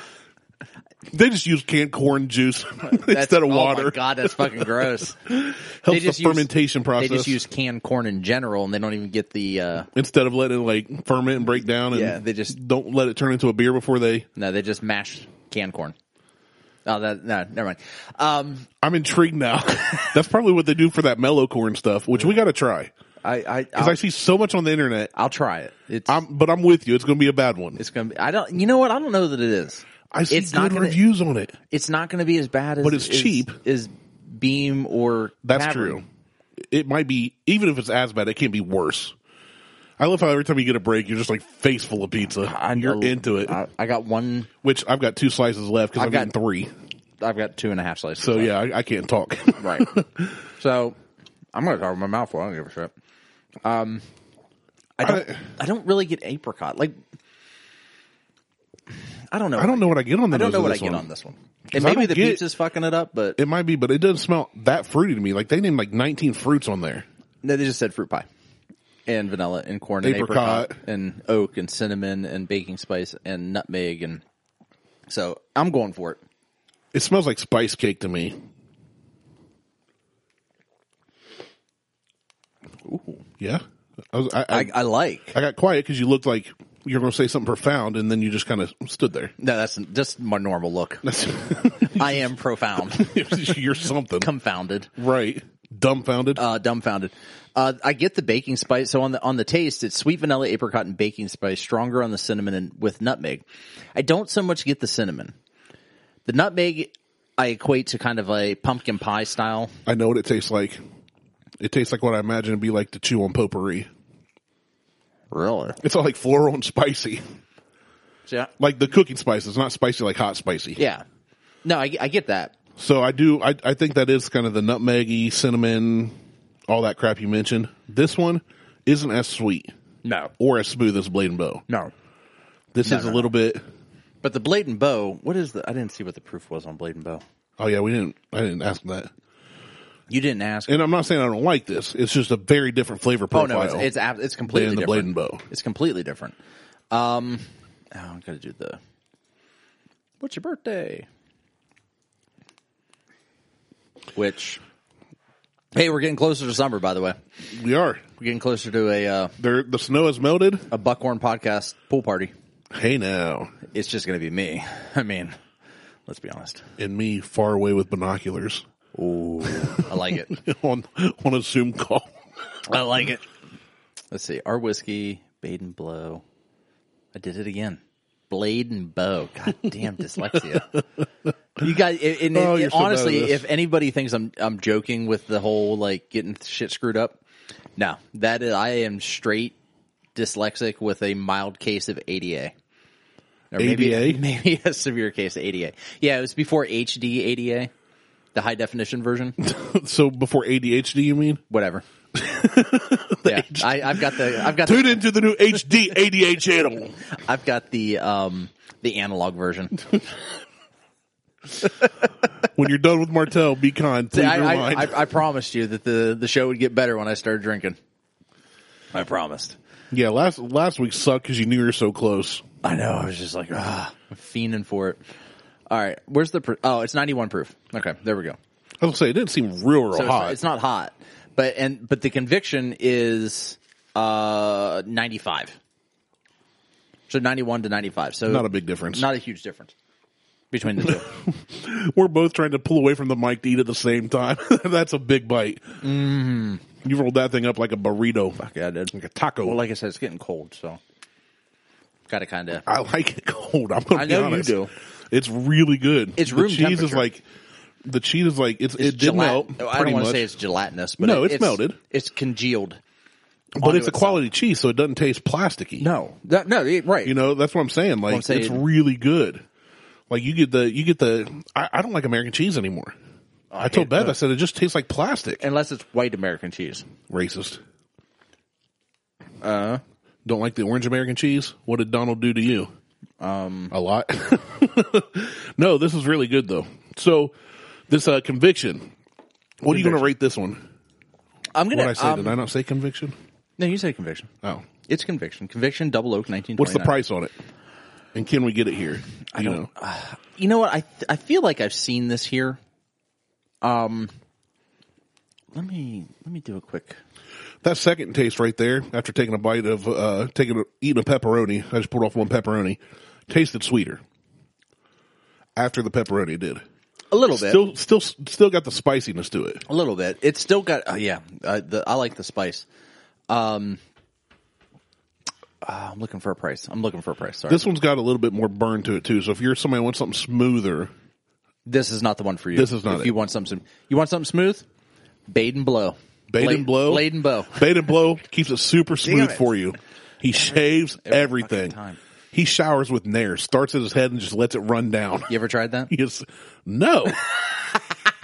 they just use canned corn juice
That's-
instead of
Oh
water.
my god, that's fucking gross.
Helps
just use-
the fermentation
they
process.
just use canned corn in general, and they don't even get the. uh
instead of letting it like ferment and break down and
Yeah, they just-
don't let it turn into a beer before they
No, they just mash canned corn. Oh, that no, never mind. Um,
I'm intrigued now. That's probably what they do for that mellow corn stuff, which we got to try.
I, I,
Cause
I'll,
I see so much on the internet.
I'll try it. It's,
I'm, but I'm with you. It's going to be a bad one.
it's gonna be. I don't. You know what? I don't know that it is.
I see
it's
good
not gonna-
reviews on it.
It's not going to be as bad as.
But it's
as-
cheap.
As Beam or
That's
Tavern.
true. It might be even if it's as bad, it can't be worse. I love how every time you get a break, you're just like face full of pizza.
I
you're
know-
into it.
I, I got one.
which I've got two slices left because I've,
got-
gotten three.
I've got two and a half slices.
So
left.
yeah, I, I can't talk.
Right. so I'm gonna talk with my mouth full. I don't give a shit. Um, I don't. I,
I-
don't really get apricot. Like, I don't know.
I don't know what I get on the.
I don't
nose
know
of
what I
this
get
one.
on this one. And
'Cause I
maybe
don't
the
get-
pizza's fucking it up, but
It might be, but it doesn't smell that fruity to me. Like they named like 19 fruits on there.
no, they just said fruit pie and vanilla and corn and apricot.
Apricot.
and oak and cinnamon and baking spice and nutmeg and so I'm going for it.
It smells like spice cake to me. Ooh, yeah. I, was, I, I,
I, I like.
I got quiet because you looked like you're going to say something profound, and then you just kind of stood there.
No, that's just my normal look. I am profound,
you're something,
confounded.
right? Dumbfounded.
uh, dumbfounded. Uh, I get the baking spice. So on the on the taste, it's sweet vanilla, apricot, and baking spice. Stronger on the cinnamon and with nutmeg. I don't so much get the cinnamon. The nutmeg I equate to kind of a pumpkin pie style.
I know what it tastes like. It tastes like what I imagine it'd be like to chew on potpourri.
Really?
It's all like floral and spicy,
Yeah.
like the cooking spice. It's not spicy like hot spicy.
Yeah. No, I, I get that.
So I do. I, I think that is kind of the nutmeggy, cinnamon, all that crap you mentioned. This one isn't as sweet
No.
or as smooth as Blade and Bow.
No.
This is
no,
a
no.
little bit.
But the blade and bow. What is the? I didn't see what the proof was on blade and bow.
Oh yeah, we didn't. I didn't ask that.
You didn't ask.
And I'm not saying I don't like this. It's just a very different flavor
oh
profile.
no, it's it's, ab- it's completely
the blade
different.
and bow.
It's completely different. Um, oh, I'm gonna do the. What's your birthday? Which, hey, we're getting closer to summer. By the way,
we are.
we're getting closer to a uh,
There, the snow has melted.
a Buckhorn podcast pool party.
Hey now,
It's just gonna be me. I mean, let's be honest.
and me far away with binoculars
Ooh, I like it.
on on a Zoom call.
I like it. Let's see. Our whiskey, Bade and Blow. I did it again. Blade and Bow. God damn dyslexia. You guys, it, it-
Oh,
it-
you're so bad
honestly,
at this.
if anybody thinks I'm I'm joking with the whole like getting shit screwed up, no, that is, I am straight dyslexic with a mild case of ADA. Or Maybe,
ADA?
maybe a severe case of ADA. Yeah, it was before HD ADA, the high definition version
So before ADHD, you mean?
whatever. yeah, I, I've got the I've got the,
Tune into the new HD ADA channel.
I've got the um the analog version.
When you're done with Martel, be kind. Please
I, I,
rewind.
I, I promised you that the the show would get better when I started drinking. I promised.
yeah, last last week sucked because you knew you were so close.
I know. I was just like, ah, I'm fiending for it. All right, where's the? Pr- oh, it's 91 proof. Okay, there we go.
I was gonna say it didn't seem real, real
So it's,
hot.
not, it's not hot, but and but the conviction is uh 95. So 91 to 95. So
Not a big difference.
Not a huge difference between the two.
We're both trying to pull away from the mic to eat at the same time. That's a big bite. Mm. You rolled that thing up like a burrito,
Mm-hmm. yeah, I did.
like a taco.
Well, like I said, it's getting cold, so got to kind of.
I like it cold. I'm gonna
I
be
know you
honest.
do.
It's really good.
It's room
the cheese is
temperature.
like the cheese is like it's, it did melt.
I don't
pretty
want
much,
to say it's gelatinous, but
No,
it-
it's melted.
It's congealed.
but it's a
itself.
quality cheese, so it doesn't taste plasticky.
No, that, no, it- right.
You know, that's what I'm saying. Like
I'm saying-
it's really good. Like you get the you get the I, I don't like American cheese anymore. I, told Beth, I said it just tastes like plastic.
unless it's white American cheese.
Racist. Uh don't like the orange American cheese? What did Donald do to you? Um a lot. no, this is really good though. So this uh conviction. What are you gonna rate this one?
I'm
What
gonna.
I say,
um,
did I not say conviction?
no, you say conviction.
Oh.
It's conviction. Conviction. Double oak. Nineteen.
What's the price on it? And can we get it here? I you know.
You know what? I th- I feel like I've seen this here. Um, let me let me do a quick.
That second taste right there, after taking a bite of uh taking a, eating a pepperoni, I just pulled off one pepperoni, tasted sweeter. After the pepperoni did.
A little bit.
Still still still got the spiciness to it.
A little bit. It's still got. Oh yeah, uh, the, I like the spice. Um, uh, I'm looking for a price. I'm looking for a price. Sorry, this,
This one's got a little bit more burn to it too. So if you're somebody who wants something smoother,
is not the one for you.
This is not
If
it.
you want something, you want something smooth. Bade and blow.
Bait
Blade-
and blow?
Blade and bow.
bait and blow keeps it super smooth
it.
for you. He shaves everything.
time.
He showers with nair, starts at his head, and just lets it run down.
You ever tried that?
Yes. No.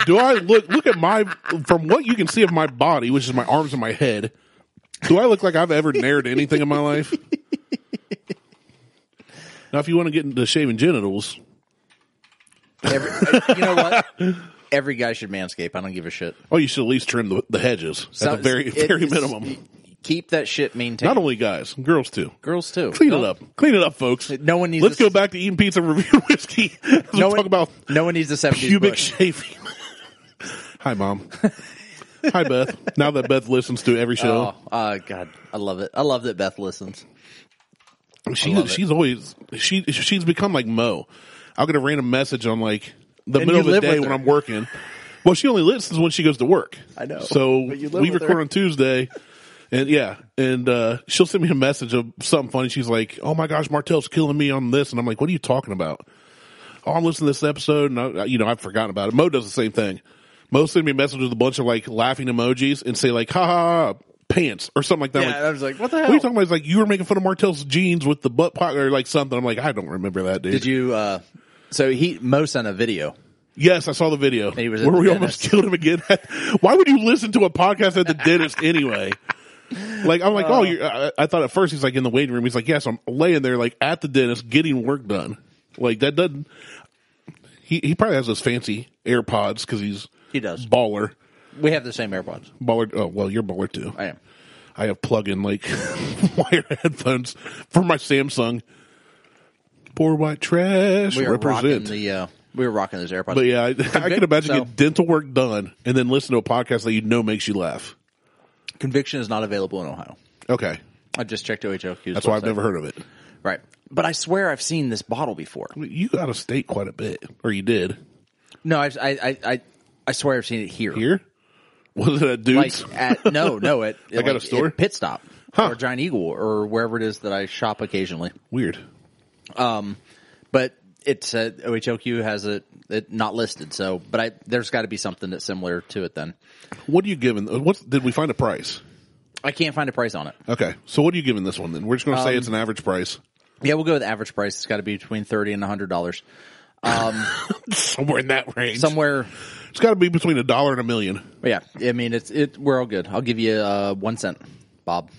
do I look look at my from what you can see of my body, which is my arms and my head? Do I look like I've ever nared anything in my life? Now, if you want to get into shaving genitals,
Every, you know what? Every guy should manscape. I don't give a shit.
oh, you should at least trim the, the hedges at the very
it-
very
it's-
minimum.
Keep that shit maintained.
Not only guys, girls too.
girls too.
Clean it up, clean it up, folks.
No one needs
Let's
to-
go back to eating pizza, and reviewing whiskey. Let's
No
talk
one,
about
no one needs the seventies
pubic
bush.
shaving. Hi, mom. Hi, Beth. Now that Beth listens to every show,
Oh, uh, God, I love it. I love that Beth listens.
She
love it.
she's always she she's become like Mo. I'll get a random message on like the
And you
middle of the
live
day
with
when
her.
I'm working. Well, she only listens when she goes to work.
I know.
So
But you live
we
with
record
her.
on Tuesday, and yeah, and uh, she'll send me a message of something funny. She's like, "Oh my gosh, Martell's killing me on this," and I'm like, "What are you talking about?" Oh, I'm listening to this episode, and I, you know I've forgotten about it. Mo does the same thing. Mo sends me a message with a bunch of like laughing emojis and say like, "Ha ha." ha, Pants or something like that. I'm like,
I was like, what the
what are you talking about? It's like you were making fun of Martell's jeans with the butt pocket or like something. I'm like, I don't remember that, dude.
Did you? Uh, so he Mo sent a video.
yes, I saw the video
He was at
where
the
we almost
dentist.
killed him again. Why would you listen to a podcast at the dentist anyway? Like I'm like,
Uh.
oh, you're, I, I thought at first he's like in the waiting room. He's like, yes, I'm laying there like at the dentist getting work done. Like that doesn't. He he probably has those fancy AirPods because he's
He does.
baller
We have the same AirPods.
baller. Oh well, you're baller too.
I am.
I have plug-in like wire headphones for my Samsung. Poor white trash
We are rocking
represent.
the. Uh, we were rocking those AirPods.
but yeah, I, I can imagine
so-
getting dental work done and then listen to a podcast that you know makes you laugh.
Conviction is not available in Ohio.
Okay,
I just checked OHLQ.
that's why I've never heard of it.
Right, but I swear I've seen this bottle before.
You got a state quite a bit, or you did
No, I've, I, I, I, I swear I've seen it here.
here? Was it at dude's?
Like at no, no, at
Like at a store?
at pit stop
Huh.
or Giant Eagle or wherever it is that I shop occasionally.
Weird.
But it's uh, OHLQ has it, it not listed. So, but I there's got to be something that's similar to it. Then
What are you giving? What did we find a price?
I can't find a price on it.
Okay, so what are you giving this one then? We're just going to
Um,
say it's an average price
Yeah, we'll go with average price. It's got to be between thirty and hundred dollars
somewhere in that range.
somewhere.
it's got to be between a dollar and a million.
Yeah, I mean it's it. We're all good. I'll give you uh, one cent, Bob.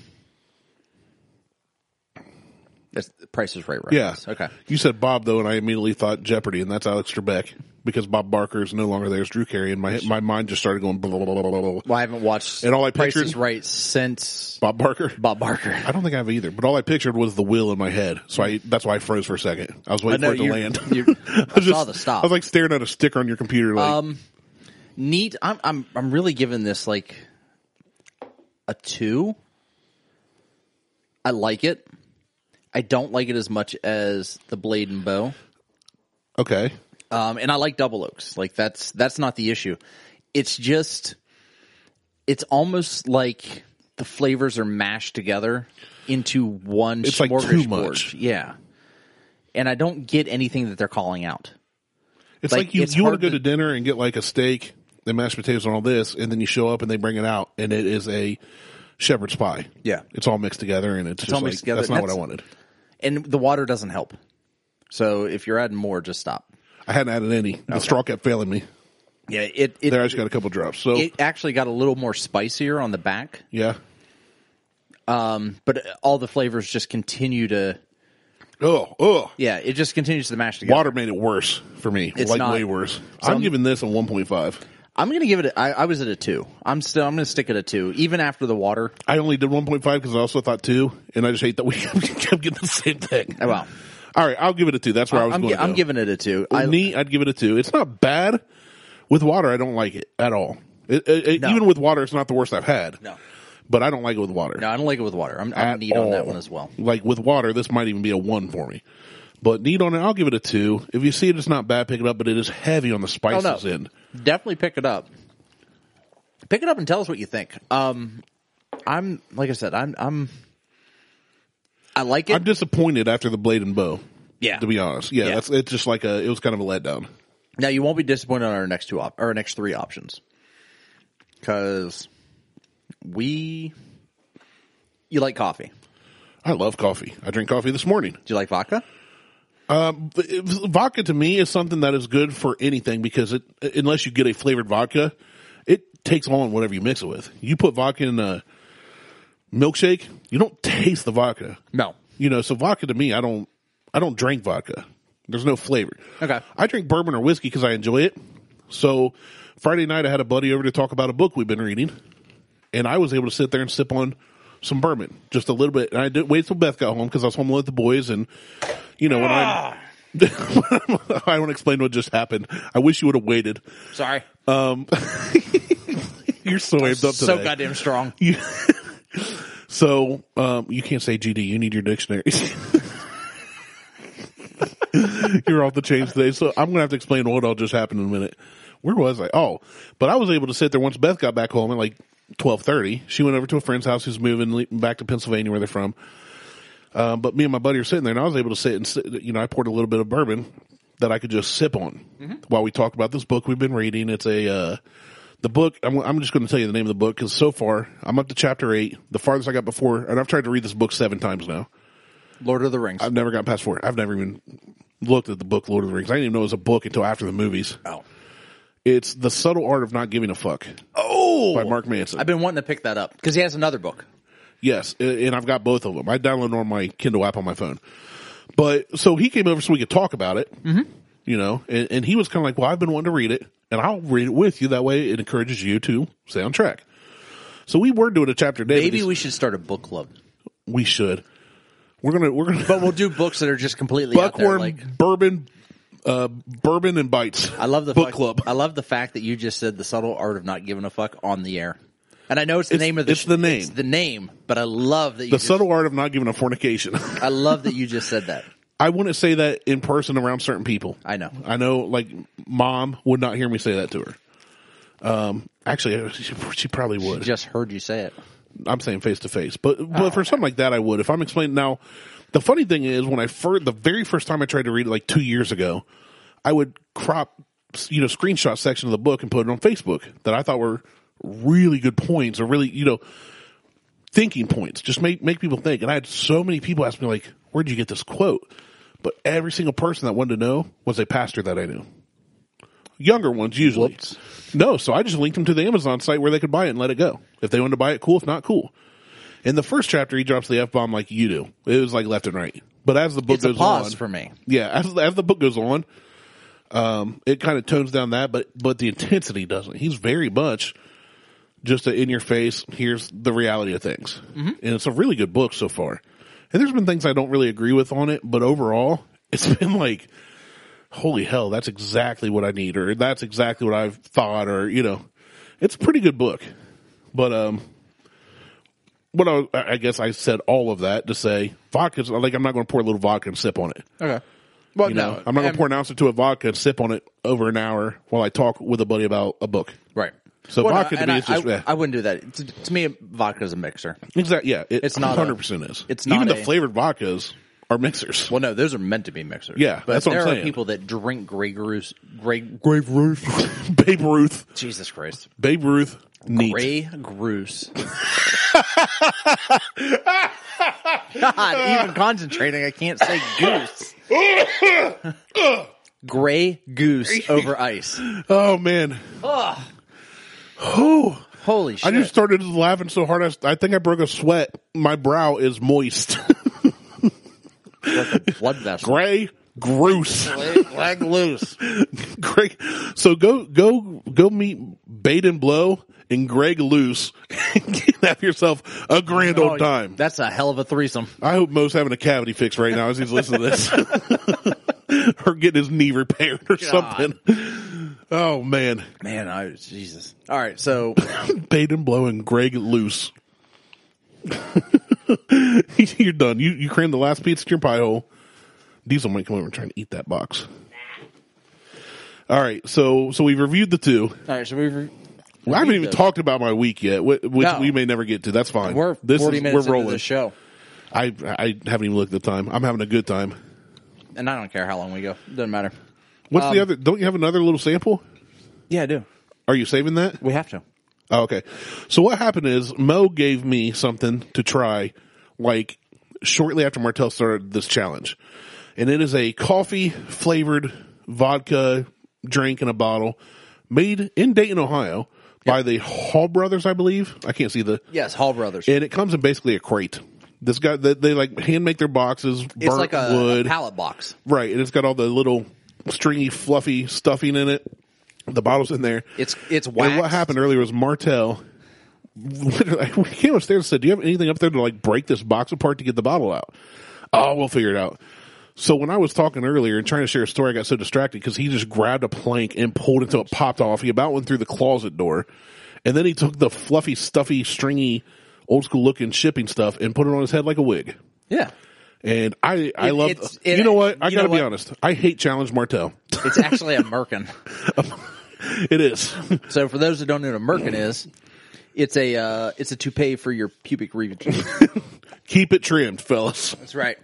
That's the price is right, right?
Yeah.
Okay.
You said Bob though, and I immediately thought Jeopardy, and that's Alex Trebek because Bob Barker is no longer there as Drew Carey, and my my mind just started going blah blah blah blah blah. blah.
Well, I haven't watched
And all I
Price
pictured-
is Right since
Bob Barker.
Bob Barker.
I don't think I have either, but all I pictured was the wheel in my head, so I that's why I froze for a second. I was waiting
I know,
for it to
you-
land.
you-
I,
I saw the stop. Um,
I was like staring at a sticker on your computer, like
Neat. I'm I'm I'm really giving this like a two. I like it. I don't like it as much as the blade and bow.
okay,
Um, and I like double oaks. Like that's that's not the issue. It's just it's almost like the flavors are mashed together into one.
It's like too
smorgasbord.
much.
Yeah, and I don't get anything that they're calling out.
it's like,
like,
you
it's
you want to
hard
go to
to-
dinner and get like a steak and mashed potatoes and all this, and then you show up and they bring it out, and it is a shepherd's pie.
Yeah.
it's all mixed together, and it's, just
all
like
mixed together.
that's not what I
That's-
wanted.
and the water doesn't help. So if you're adding more, just stop.
I hadn't added any. The straw kept failing me.
Yeah, it it,
There, I just got a couple drops. So
it actually got a little more spicier on the back,
yeah.
but all the flavors just continue to
Oh, oh.
yeah, it just continues to mash together.
Water made it worse for me.
It's
like
not-
way worse. I'm giving this a 1.5.
I'm gonna give it. A, I, I was at a two. I'm still. I'm gonna stick at a two, even after the water.
I only did 1.5 because I also thought two, and I just hate that we kept getting the same thing.
Oh, wow.
All right, I'll give it a two. That's where i was
I'm,
going.
gi-
to
I'm
go.
giving it a two. I,
With me, I'd give it a two. It's not bad. With water, I don't like it at all. It, it, it-
No.
Even with water, it's not the worst I've had.
No.
But I don't like it with water.
no, I don't like it with water. I'm,
at
I'm neat on that
all.
one as well.
Like with water, this might even be a one for me. But need on it, I'll give it a two. If you see it, it's not bad. Pick it up, but it is heavy on
Oh
the spices
no,
end.
definitely pick it up. Pick it up and tell us what you think. Um, I'm like I said, I'm I'm. I like it.
I'm disappointed after the blade and bow.
Yeah.
to be honest, yeah,
Yeah.
that's it's just like a it was kind of a letdown.
Now you won't be disappointed on our next two op- or our next three options, because we you like coffee.
I love coffee. I drink coffee this morning. Um,
Do you like vodka?
But it- vodka to me is something that is good for anything because it, unless you get a flavored vodka, it takes on whatever you mix it with. You put vodka in a milkshake, you don't taste the vodka.
No.
You know, so vodka to me, I don't, I don't drink vodka. There's no flavor.
Okay.
I drink bourbon or whiskey because I enjoy it. So Friday night, I had a buddy over to talk about a book we've been reading, and I was able to sit there and sip on some bourbon, just a little bit. And I did wait till Beth got home because I was home with the boys, and you know when I. I won't explain what just happened. I wish you would have waited.
Sorry.
You're so amped up today.
so goddamn strong.
So um, you can't say GD. You need your dictionary. You're off the chains today, so I'm gonna have to explain what all just happened in a minute. Where was I? Oh, but I was able to sit there once Beth got back home at like 12:30. She went over to a friend's house who's moving le- back to Pennsylvania, where they're from. Um, but me and my buddy are sitting there, and I was able to sit and sit, you know I poured a little bit of bourbon that I could just sip on while we talked about this book we've been reading. It's a uh, the book. I'm, I'm just going to tell you the name of the book because so far I'm up to chapter eight, the farthest I got before, and I've tried to read this book seven times now.
Lord of the Rings.
I've never gotten past four. I've never even looked at the book Lord of the Rings. I didn't even know it was a book until after the movies.
oh.
It's the subtle art of not giving a fuck
Oh.
by Mark Manson.
I've been wanting to pick that up because he has another book.
Yes, a- and I've got both of them. I downloaded on my Kindle app on my phone. But so he came over so we could talk about it, mm-hmm. you know, and, and he was kind of like, "Well, I've been wanting to read it, and I'll read it with you. That way, it encourages you to stay on track." So we were doing a chapter a day. but
Maybe
he's-
we should start a book club.
we should. We're gonna we're gonna
But we'll do books that are just completely out there.
buckworm
Like
bourbon, uh, bourbon and bites.
I love the
book
fact-
club.
I love the fact that you just said the subtle art of not giving a fuck on the air. And I know it's the name of the
it's the name.
It's the name, but I love that you
The
just,
subtle art of not giving a fornication.
I love that you just said that.
I wouldn't say that in person around certain people.
I know.
I know, like, mom would not hear me say that to her. Um, actually, she, she probably would.
Just heard you say it.
I'm saying face to face, but
Oh,
but for something like that, I would. If I'm explaining now, the funny thing is when I first, the very first time I tried to read it, like two years ago, I would crop, you know, screenshot section of the book and put it on Facebook that I thought were really good points or really, you know, thinking points. Just make make people think. And I had so many people ask me like, "Where'd you get this quote?" But every single person that wanted to know was a pastor that I knew. Younger ones usually. No, so I just linked them to the Amazon site where they could buy it and let it go. If they wanted to buy it, cool. If not, cool. In the first chapter, he drops the f bomb like you do. It was like left and right. But as the book
It's a
goes
pause
on,
for me.
yeah, as, as the book goes on, um, it kind of tones down that, but but the intensity doesn't. He's very much just a in your face. Here's the reality of things, and it's a really good book so far. And there's been things I don't really agree with on it, but overall, it's been like, holy hell, that's exactly what I need, or that's exactly what I've thought, or you know, it's a pretty good book. But um, what I, I guess I said all of that to say vodka's like I'm not going to pour a little vodka and sip on it.
Okay. Well,
You know, I'm not gonna pour an ounce into a vodka and sip on it over an hour while I talk with a buddy about a book.
Right.
So vodka to
and
me
I,
is just,
I,
eh.
I wouldn't do that. To, to me, vodka is a mixer.
Exactly. Yeah, it,
It's not a-
100 percent is.
it's
even
not
the
a-
flavored vodkas are mixers.
Well, no, those are meant to be mixers.
Yeah,
but
that's what I'm
there are
saying.
people that drink Grey Goose. Grey,
Babe Ruth, Babe Ruth,
Jesus Christ,
Babe Ruth, neat.
Grey Goose. God, even concentrating, I can't say goose. Grey Goose over ice.
Oh man,
Holy
I
shit!
just started laughing so hard. I, s- I think I broke a sweat. My brow is moist.
Like a blood vessel.
Gray Groose.
Leg loose.
Greg, so go go go meet Bait and Blow and Greg Loose and have yourself a grand old time.
Oh, That's a hell of a threesome.
I hope Mo's having a cavity fix right now as he's listening to this, or getting his knee repaired or
God.
something. Oh man,
Man, I Jesus. All right, so
Bait and Blow and Greg Loose. You're done. You you crammed the last piece in your pie hole. Diesel might come over and try and eat that box. All right, so so we've reviewed the two.
all right, so we
Well, I haven't even
those.
talked about my week yet, whi- which
No.
we may never get to. That's fine.
we're forty
is,
minutes
we're
into
rolling.
the show,
I I haven't even looked at the time. I'm having a good time.
and I don't care how long we go. Doesn't matter.
What's
Um,
the other? Don't you have another little sample?
Yeah, I do.
Are you saving that?
We have to.
Oh, okay. So what happened is Mo gave me something to try, like shortly after Martell started this challenge. And it is a coffee flavored vodka drink in a bottle made in Dayton, Ohio by the Hall brothers, I believe. I can't see the,
Yes, Hall Brothers.
and it comes in basically a crate. This guy, they, they like hand make their boxes, burnt
it's like a,
wood.
a pallet box.
Right, and it's got all the little stringy, fluffy stuffing in it. The bottle's in there.
It's it's
And
waxed.
what happened earlier was Martel. Literally, we came upstairs and said, "Do you have anything up there to like break this box apart to get the bottle out?" Oh, we'll figure it out. So when I was talking earlier and trying to share a story, I got so distracted because he just grabbed a plank and pulled until it popped off. He about went through the closet door, and then he took the fluffy, stuffy, stringy, old school looking shipping stuff and put it on his head like a wig.
Yeah.
And I, I
It-
love.
it's- it-
you know what? I
you
gotta
know
be
what?
honest. I hate Challenge Martel.
It's actually a merkin.
it is.
So for those that don't know what a merkin is, it's a uh, it's a toupee for your pubic region.
Keep it trimmed, fellas.
That's right.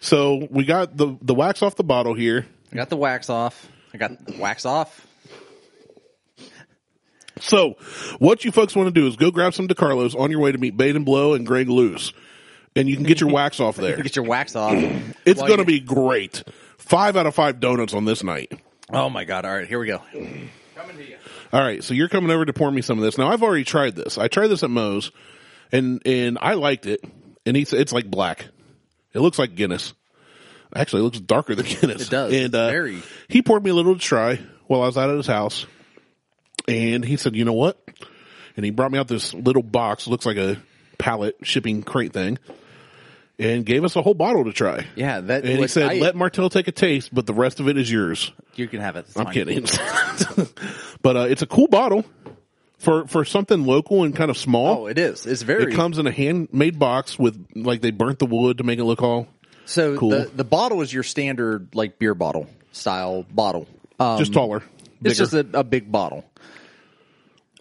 So we got the the wax off the bottle here.
I got the wax off. I got the wax off.
So what you folks want to do is go grab some DeCarlos on your way to meet Bait and Blow and Greg Luce, and you can get your wax off there.
Get your wax off.
It's
While
gonna
you-
be great. Five out of five donuts on this night.
Oh my god! All right, here we go. Coming to you.
All right, so you're coming over to pour me some of this. Now I've already tried this. I tried this at Moe's, and and I liked it. And he said it's like black. It looks like Guinness. Actually, it looks darker than Guinness.
It does.
And uh,
Very.
he poured me a little to try while I was out at his house, and he said, "You know what?" And he brought me out this little box. Looks like a pallet shipping crate thing, and gave us a whole bottle to try.
Yeah, that.
And he
what
said,
I-
"Let Martell take a taste, but the rest of it is yours."
you can have it. It's
I'm
fine.
kidding. but uh, it's a cool bottle for for something local and kind of small.
Oh, it is. It's
it
very
comes in a handmade box with like they burnt the wood to make it look all
so.
cool.
The the bottle is your standard like beer bottle style bottle. Um,
just taller, bigger.
It's just a, a big bottle,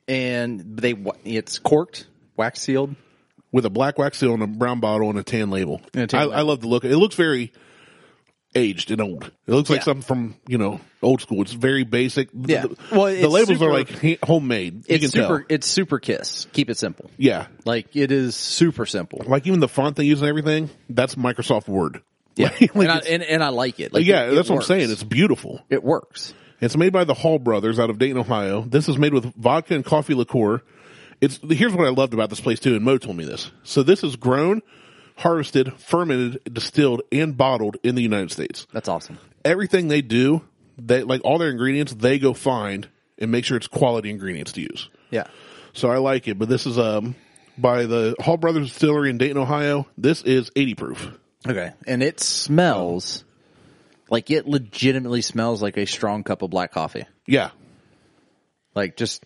and they wa- it's corked, wax sealed.
with a black wax seal and a brown bottle and a tan label.
And a tan
I,
label.
I love the look. It looks very aged and old. It looks like
Yeah.
something from you know old school. It's very basic. The-
Yeah.
the,
Well,
the
it's
labels
super-
are like ha- homemade. You
It's
can
super.
tell.
It's super kiss. Keep it simple.
Yeah,
Like it is super simple.
like even the font they use and everything. That's Microsoft Word.
Yeah,
Like,
and, I,
it's-
and, and I like it. Like,
yeah,
it- it
that's what I'm
works.
saying. It's beautiful.
it works.
It's made by the Hall brothers out of Dayton, Ohio. This is made with vodka and coffee liqueur. It's here's what I loved about this place too, and Mo told me this. So this is grown, harvested, fermented, distilled, and bottled in the United States.
That's awesome.
Everything they do, they like all their ingredients, they go find and make sure it's quality ingredients to use.
Yeah,
So I like it. But this is um by the Hall Brothers Distillery in Dayton, Ohio. This is eighty proof.
Okay. And it smells like it legitimately smells like a strong cup of black coffee.
Yeah.
Like just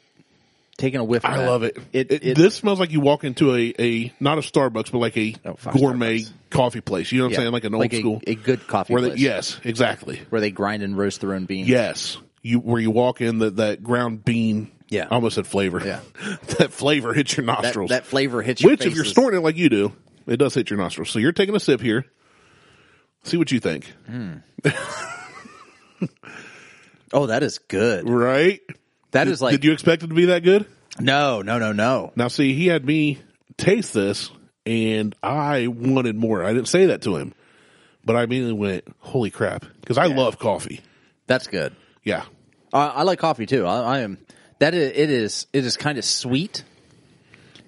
taking a whiff. Of
I
that.
love it.
It,
It-
it-
This smells like you walk into a, a not a Starbucks, but like a
Oh, fuck
gourmet
Starbucks.
coffee place. You know what
yeah,
I'm saying? Like an old
a,
school.
a good coffee
where they,
place.
yes, exactly.
Where they grind and roast their own beans.
Yes. You where you walk in that that ground bean.
Yeah.
I almost said flavor.
Yeah.
that flavor hits your
That,
nostrils.
that flavor hits your
Which, if
faces.
you're snorting it like you do, it does hit your nostrils. So you're taking a sip here. See what you think.
Mm-hmm. Oh, that is good.
Right?
That is like
Did you expect it to be that good?
no, no, no, no.
Now, see, he had me taste this, and I wanted more. I didn't say that to him, but I immediately went, "Holy crap!" Because I love coffee.
That's good.
Yeah,
I, I like coffee too. I, I am that is, it is it is kind of sweet.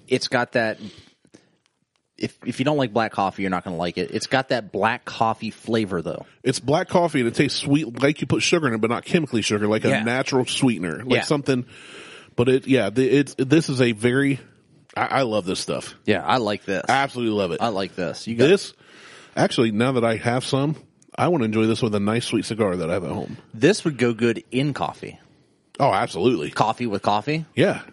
It's got that. If if you don't like black coffee, you're not going to like it. It's got that black coffee flavor though.
it's black coffee, and it tastes sweet, like you put sugar in it, but not chemically sugar, like
Yeah.
a natural sweetener, like
Yeah.
something. But it, yeah, the, it's this is a very, I, I love this stuff.
Yeah, I like this.
I
I,
absolutely love it.
like this. You got this,
this, actually, now that I have some, I want to enjoy this with a nice sweet cigar that I have at home.
would go good in coffee.
Oh, absolutely.
Coffee with coffee.
Yeah,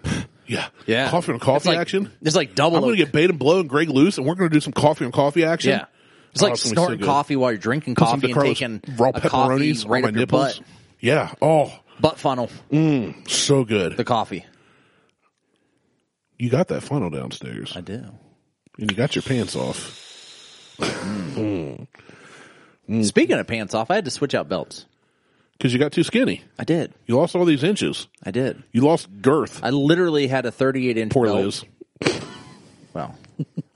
yeah, Coffee on coffee
It's like-
action.
It's like double.
I'm going
oak.
to get bait and blow and Greg loose, and we're going to do some coffee on coffee action.
yeah. It's
Oh,
like
it's gonna be so
snorting
good.
coffee while you're drinking
Some
coffee and
DeCarlo's
taking
raw
a coffee
pepperonis
right
on my
up your
nipples.
butt,
Yeah. Oh,
butt funnel.
so good.
The coffee.
you got that funnel downstairs,
I do.
and you got your pants off.
Mm. Speaking of pants off, I had to switch out belts.
Because you got too skinny.
I did.
You lost all these inches.
I did.
You lost girth.
I literally had a 38 inch
Poor
belt.
Liz.
Well,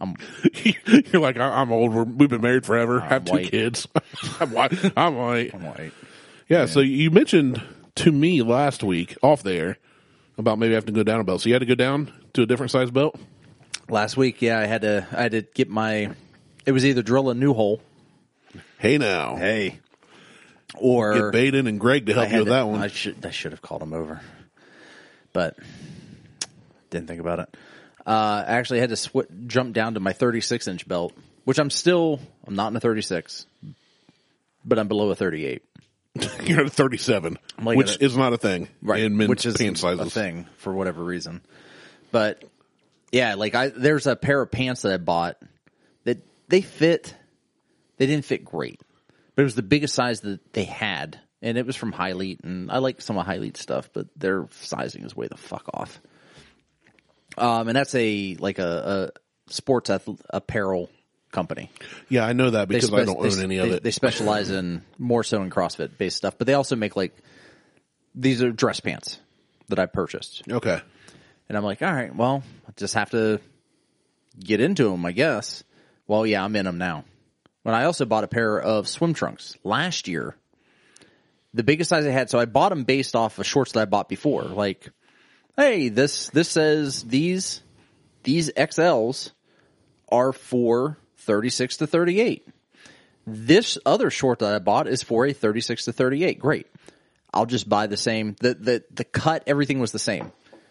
I'm,
You're like, I- I'm old. We're, we've been married forever. have two
white.
kids. I'm white. I'm white.
I'm like,
Yeah, So you mentioned to me last week off there about maybe having to go down a belt. So you had to go down to a different size belt.
last week, yeah, I had to I had to get my. It was either drill a new hole.
Hey now,
Hey. Or
get Baden and Greg to help you with that
to-
one.
I should I should have called him over, but didn't think about it. Uh, I actually had to sw- jump down to my 36 inch belt, which I'm still I'm not in a 36, but I'm below a 38.
You're at 37,
like
which
at a-
is not a thing in men's
which is
pant
a
sizes.
thing for whatever reason. But yeah, like I there's a pair of pants that I bought that they fit. They didn't fit great, but it was the biggest size that they had, and it was from Hylete, and I like some of Hylete stuff, but their sizing is way the fuck off. Um, and that's a like a, a sports ath- apparel company
Yeah, I know that because I
spec-
don't own
they-
any of
they-
it.
They specialize in more so in CrossFit based stuff, but they also make like these are dress pants that I purchased,
okay.
and I'm like, all right, well, I just have to get into them, I guess. Well, yeah, I'm in them now. But I also bought a pair of swim trunks last year. The biggest size I had, so I bought them based off of shorts that I bought before. Like, hey, this this says these these XLs are for 36 to 38. This other short that I bought is for a 36 to 38. Great. I'll just buy the same. The, the, the cut, everything was the same.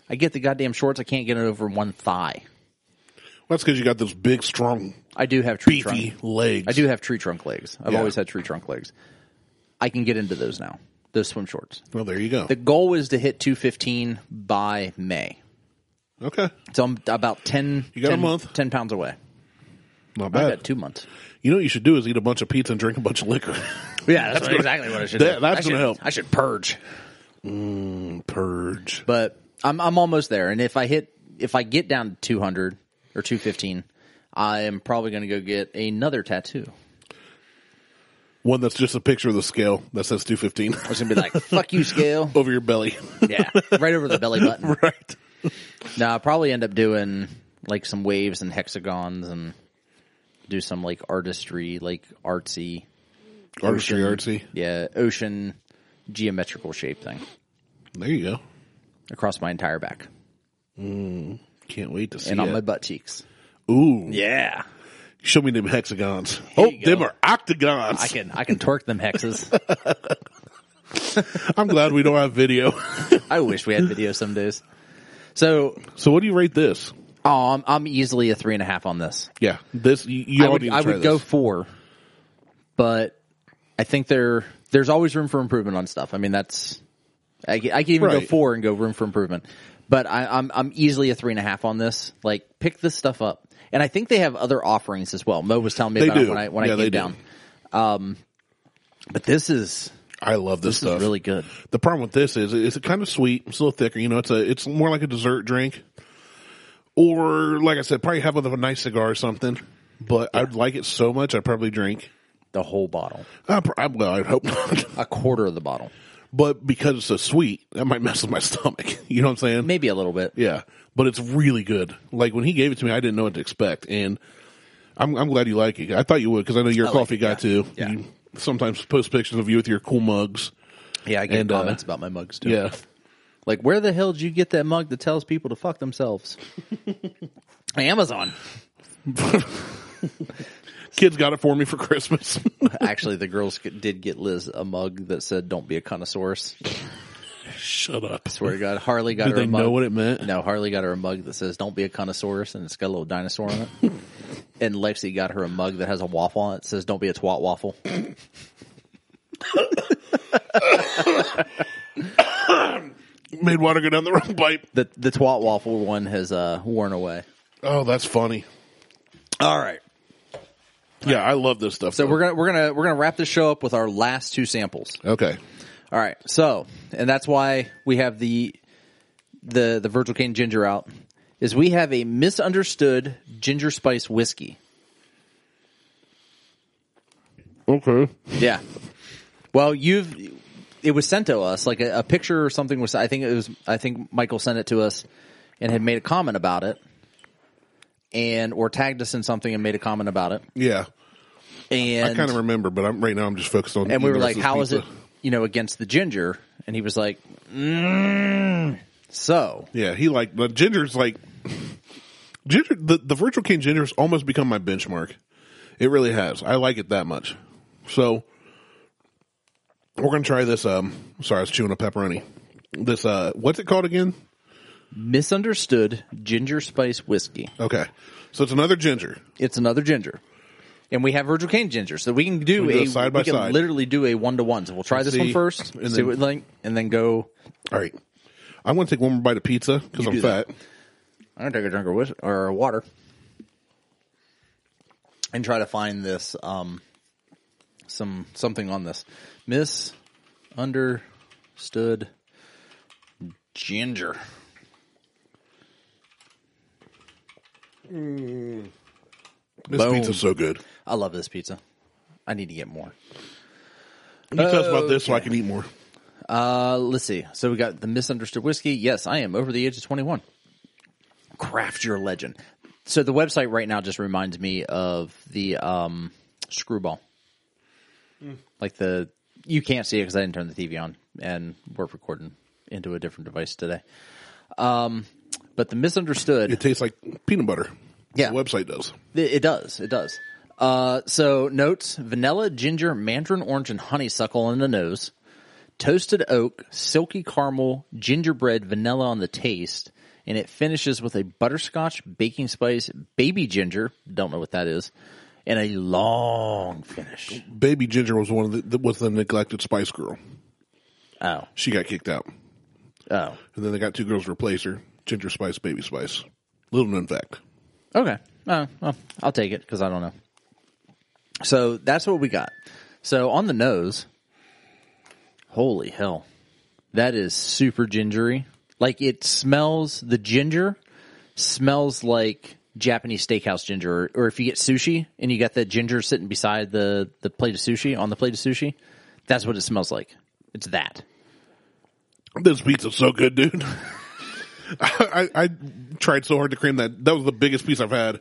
I get the goddamn shorts. I can't get it over one thigh.
Well, that's because you got those big, strong,
I do have tree
beefy
trunk.
legs.
I do have tree trunk legs. I've
Yeah.
always had tree trunk legs. I can get into those now. Those swim shorts.
Well, there you go.
The goal is to hit 215 by May.
okay,
So I'm about 10,
You got a
10
month.
10 pounds away.
not
I
bad.
got two months.
You know what you should do is eat a bunch of pizza and drink a bunch of liquor.
Yeah, that's, exactly what I should
That-
do.
that's
I should,
gonna help.
I should purge.
Purge.
But I'm I'm almost there. And if I hit if I get down to 200 or 215, I am probably going to go get another tattoo.
One that's just a picture of the scale that says 215
It's going to be like fuck you scale.
over your belly.
Yeah, right over the belly button.
right.
No, I'll probably end up doing like some waves and hexagons and do some like artistry, like artsy,
Artistry artsy.
yeah, ocean geometrical shape thing
There you go.
across my entire back
Can't wait to see
and on my
it.
butt cheeks.
Ooh.
Yeah.
Show me them hexagons.
Here
oh,
you go.
them are octagons.
I can I can torque them hexes.
I'm glad we don't have video.
I wish we had video some days. So,
so what do you rate this?
oh, I'm, I'm easily a three and a half on this.
Yeah. This, you, you
I
all
would,
need to
I
try
would
this.
go four, but I think there there's always room for improvement on stuff. I mean, that's I, ca- I can even go
Right.
four and go room for improvement, but I, I'm I'm easily a three and a half on this. Like, pick this stuff up, and I think they have other offerings as well. Mo was telling me
They
about it
do.
when I when
Yeah,
I
they
came
do.
down. Um, but this is
I love this,
this
stuff.
is really good.
The problem with this is it's kind of sweet. It's a little thicker. You know, it's a it's more like a dessert drink, or like I said, probably have with a nice cigar or something. But I'd like it so much, I'd probably drink.
The whole bottle,
I, pr- I, well, I'd hope not.
a quarter of the bottle,
but because it's so sweet, that might mess with my stomach. You know what I'm saying?
maybe a little bit.
Yeah, but it's really good. Like when he gave it to me, I didn't know what to expect, and I'm I'm glad you like it. I thought you would because I know you're a
I like
coffee
it,
guy
yeah.
too.
Yeah.
You sometimes post pictures of you with your cool mugs.
Yeah, I get
And, uh,
comments about my mugs too.
Yeah,
Like, where the hell did you get that mug that tells people to fuck themselves? Amazon.
kids got it for me for Christmas.
Actually, the girls g- did get Liz a mug that said "Don't be a connoisseur."
Shut up.
Swear to God, Harley got
Did
her
they
a mug.
know what it meant?
No, Harley got her a mug that says "Don't be a connoisseur," and it's got a little dinosaur on it. and Lexi got her a mug that has a waffle on it. that says "Don't be a twat waffle."
Made water go down the wrong pipe.
The the twat waffle one has uh, worn away.
Oh, that's funny.
All right.
Yeah, I love this stuff.
So we're gonna we're gonna we're gonna wrap this show up with our last two samples.
okay.
All right. So, and that's why we have the the the Virgil Cane ginger out is we have a misunderstood ginger spice whiskey.
Okay.
Yeah. Well, you've it was sent to us like a, a picture or something was I think it was I think Michael sent it to us and had made a comment about it. and or tagged us in something and made a comment about it.
Yeah.
And
I kind of remember, but I'm right now. I'm just focused on.
and we were like,
Universal's
"How is
pizza."
it, you know, against the ginger?" And he was like, mm, "So
Yeah, he like but ginger's like ginger. The, the virtual cane ginger's almost become my benchmark. It really has. I like it that much. So we're gonna try this. Um, sorry, I was chewing a pepperoni. This uh, what's it called again?
misunderstood ginger spice whiskey.
Okay, so it's another ginger.
It's another ginger." And we have Virgil Cane ginger, so we can do
We can do
a
it side
we
by
can
side.
literally do a one to one. So we'll try this
see,
one first,
and
see
then-
what we think, and then go.
All right, I want to take one more bite of pizza because
You
I'm
do that.
fat.
I'm gonna take a drink of whis- or water, and try to find this um some something on this misunderstood ginger.
This
Boom.
pizza's so good.
I love this pizza. I need to get more.
You tell us about this so I can eat more.
Uh, let's see. So we got the misunderstood whiskey. Yes, I am over the age of 21. Craft your legend. So the website right now just reminds me of the um, screwball. Like the you can't see it because I didn't turn the TV on, and we're recording into a different device today. Um, but the misunderstood
It tastes like peanut butter.
Yeah.
the website does.
it, it does. It does. Uh, so notes: vanilla, ginger, mandarin orange, and honeysuckle in the nose. Toasted oak, silky caramel, gingerbread, vanilla on the taste, and it finishes with a butterscotch, baking spice, baby ginger. Don't know what that is, and a long finish.
Baby Ginger was one of the that was the neglected Spice Girl.
Oh,
She got kicked out.
oh,
And then they got two girls to replace her Ginger Spice, Baby Spice. Little known fact.
Okay. Uh, well, I'll take it because I don't know. So that's what we got. So on the nose, holy hell, that is super gingery. Like it smells, the ginger smells like Japanese steakhouse ginger, or, or if you get sushi and you got that ginger sitting beside the, the plate of sushi, on the plate of sushi, that's what it smells like. It's that.
This pizza's so good, dude. I, I tried so hard to cream that. That was the biggest piece I've had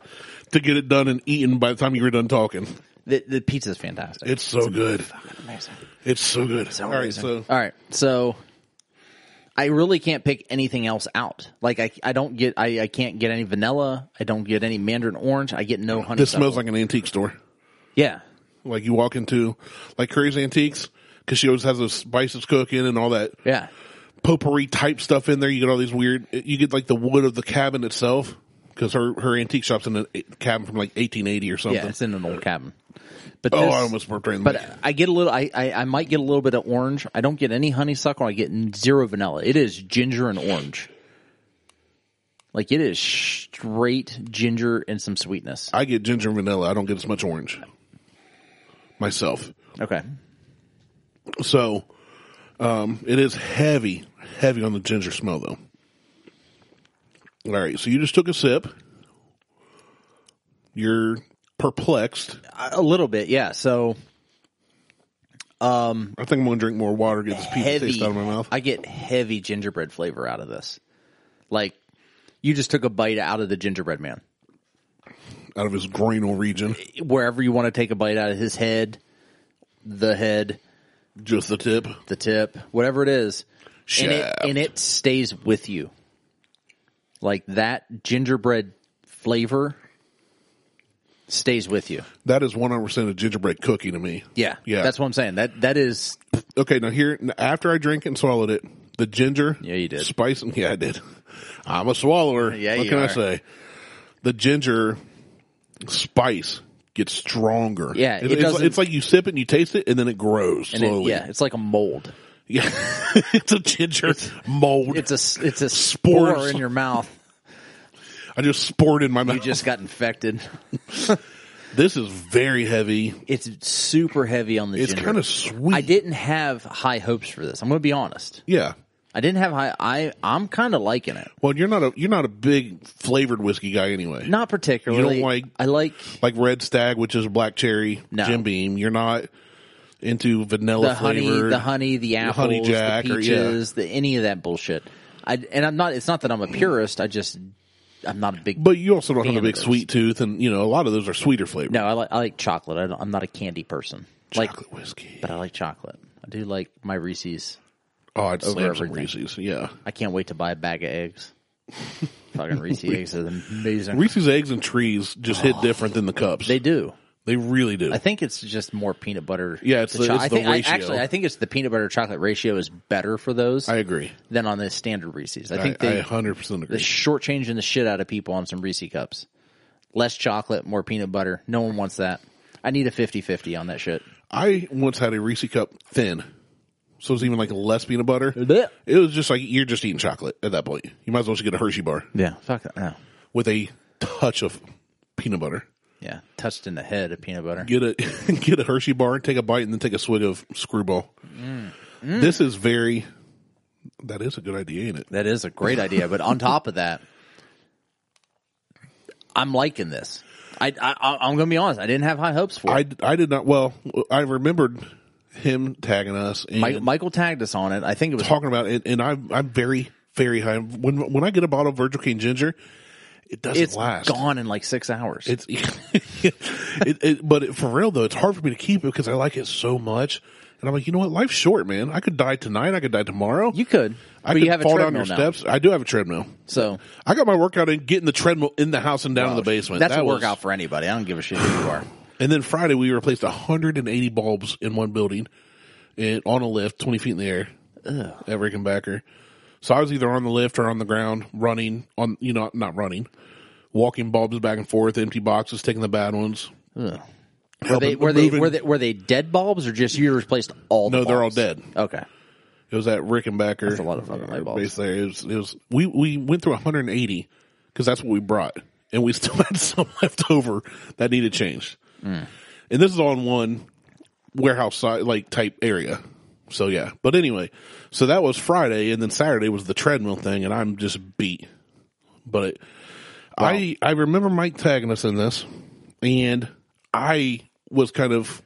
to get it done and eaten by the time you were done talking.
The, the pizza is fantastic.
It's so good.
amazing.
It's so good. All right, so
all right, so I really can't pick anything else out. Like I, I don't get, I, I can't get any vanilla. I don't get any mandarin orange. I get no honey.
this smells like an antique store.
yeah,
Like you walk into like Curry's Antiques because she always has those spices cooking and all that
yeah,
potpourri type stuff in there. You get all these weird. You get like the wood of the cabin itself because her her antique shop's in a cabin from like 1880 or something.
yeah. It's in an old cabin. But
oh,
this-
I almost burped right in the
But
mic.
I get a little. I, I I might get a little bit of orange. I don't get any honeysuckle. I get zero vanilla. It is ginger and orange. Like it is straight ginger and some sweetness.
I get ginger and vanilla. I don't get as much orange myself.
Okay.
So um, it is heavy, heavy on the ginger smell though. All right, so you just took a sip. You're perplexed.
A a little bit, yeah. So
I think I'm gonna drink more water. Get this pizza
heavy.
taste out of my mouth.
I get heavy gingerbread flavor out of this. Like you just took a bite out of the gingerbread man.
out of his groinal region,
Wherever you want to take a bite out of his head, the head,
just the tip.
the tip, whatever it is, and it,
Shaft.
and it stays with you. Like that gingerbread flavor stays with you.
That is one hundred percent a gingerbread cookie to me.
Yeah,
yeah.
That's what I'm saying. That that is
okay. Now here, after I drank and swallowed it, the ginger,
Yeah, you did.
spice, and yeah, I did. I'm a swallower.
Yeah,
what
you
can I
are.
say? The ginger spice gets stronger.
Yeah,
It's-
it
it's, like-
doesn't-
it's like you sip it and you taste it, and then it grows
and it-
slowly.
yeah. It's like a mold.
yeah, it's a ginger mold.
It's a it's a spore
Spores.
in your mouth.
I just sport in my mouth.
You just got infected.
this is very heavy.
It's super heavy on the
It's
ginger.
kind of sweet.
I didn't have high hopes for this. I'm going to be honest.
Yeah.
I didn't have high. I I'm kind of liking it.
Well, you're not a you're not a big flavored whiskey guy anyway.
Not particularly.
like-
I like
like Red Stag, which is black cherry,
No.
Jim Beam. You're not into vanilla
the honey,
flavored.
the honey, the apples,
honey jack
the
or- yeah.
peaches, the any of that bullshit. I and I'm not. It's not that I'm a purist. I just I'm not a big.
But you also don't have
Fan
a big
of those.
sweet tooth, and you know a lot of those are sweeter flavors.
no, I like I like chocolate. I don't, I'm not a candy person. Like,
Chocolate whiskey.
but I like chocolate. I do like my Reese's.
Oh, I'd slam some
everything.
Reese's. Yeah,
I can't wait to buy a bag of eggs. Fucking Reese's eggs are amazing.
Reese's eggs and trees just hit different than the cups.
Oh. they
They,
do.
really do.
I think it's just more peanut butter.
Yeah, it's
to
the-
cho-
it's
I
the
think, I-
ratio.
actually, I think it's the peanut butter chocolate ratio is better for those
I agree.
than on the standard Reese's. I
I
think they
hundred percent agree.
they shortchanging the shit out of people on some Reese cups. Less chocolate, more peanut butter. No one wants that. I need a 50-50 on that shit.
I once had a Reese cup thin, so it was even like less peanut butter. It was just like you're just eating chocolate at that point. You might as well just get a Hershey bar
Yeah, fuck that. Oh, No.
with a touch of peanut butter.
Yeah, touched in the head of peanut butter.
Get a get a Hershey bar, take a bite, and then take a swig of Screwball. This is very. That is a good idea, ain't it?
That is a great idea. But on top of that, I'm liking this. I, I I- I'm gonna be honest. I didn't have high hopes for it.
I, I did not. Well, I remembered him tagging us and
Mi- Michael tagged us on it. I think it was
talking about it, and I'm I'm very very high. When when I get a bottle of Virgil Cane Ginger, it doesn't
it's
last.
gone in like six hours.
It's it, it, but it, for real though, it's hard for me to keep it because I like it so much, and I'm like, you know what? Life's short, man. I could die tonight. I could die tomorrow.
you could,
I
but
could
you have a
fall down
treadmill
your
now.
steps. I do have a treadmill.
So
I got my workout in getting the treadmill in the house and down in the basement.
that's
That
a
was-
workout for anybody. I don't give a shit who you are.
And then Friday we replaced 180 bulbs in one building, and on a lift, 20 feet in the air, at Rickenbacker. So I was either on the lift or on the ground, running on you know not running, walking bulbs back and forth, empty boxes, taking the bad ones.
Were they were they, were they were they dead bulbs or just you replaced all? the
No, they're all
bulbs?
dead.
Okay,
It was at Rickenbacker. That's
a lot of fucking light bulbs.
Based there, it was, it was we we went through 180 because that's what we brought, and we still had some left over that needed changed.
Mm.
And this is all in one warehouse side like type area. So yeah, but anyway, so that was Friday, and then Saturday was the treadmill thing, and I'm just beat. But it, I I remember Mike tagging us in this, and I was kind of.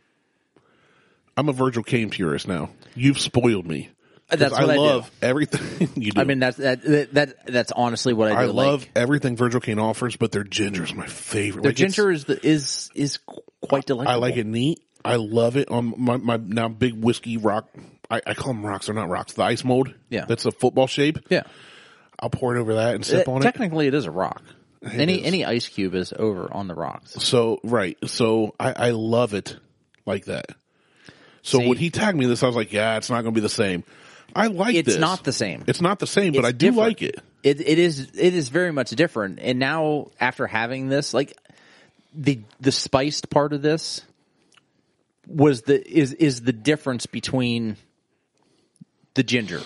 I'm a Virgil Kane purist now. You've spoiled me. 'Cause
That's what I do.
love everything you do.
I mean that's that, that that that's honestly what I do.
I
like.
love everything Virgil Kane offers, but their ginger is my favorite.
their
Like, it's-
ginger is the, is is quite delightful.
I like it neat. I love it on my, my now big whiskey rock. I, I call them rocks. They're not rocks. The ice mold.
Yeah.
That's a football shape.
Yeah.
I'll pour it over that and sip
Uh,
on it.
technically, it is a rock. any
is.
any ice cube is over on the rocks.
So, right. So I, I love it like that. So
See-
when he tagged me in this, I was like, yeah, it's not going to be the same. I like
It's
this.
not the same.
It's not the same, but
It's
I do
different.
like it.
It it is it is very much different. And now after having this, like the the spiced part of this was the is is the difference between the ginger.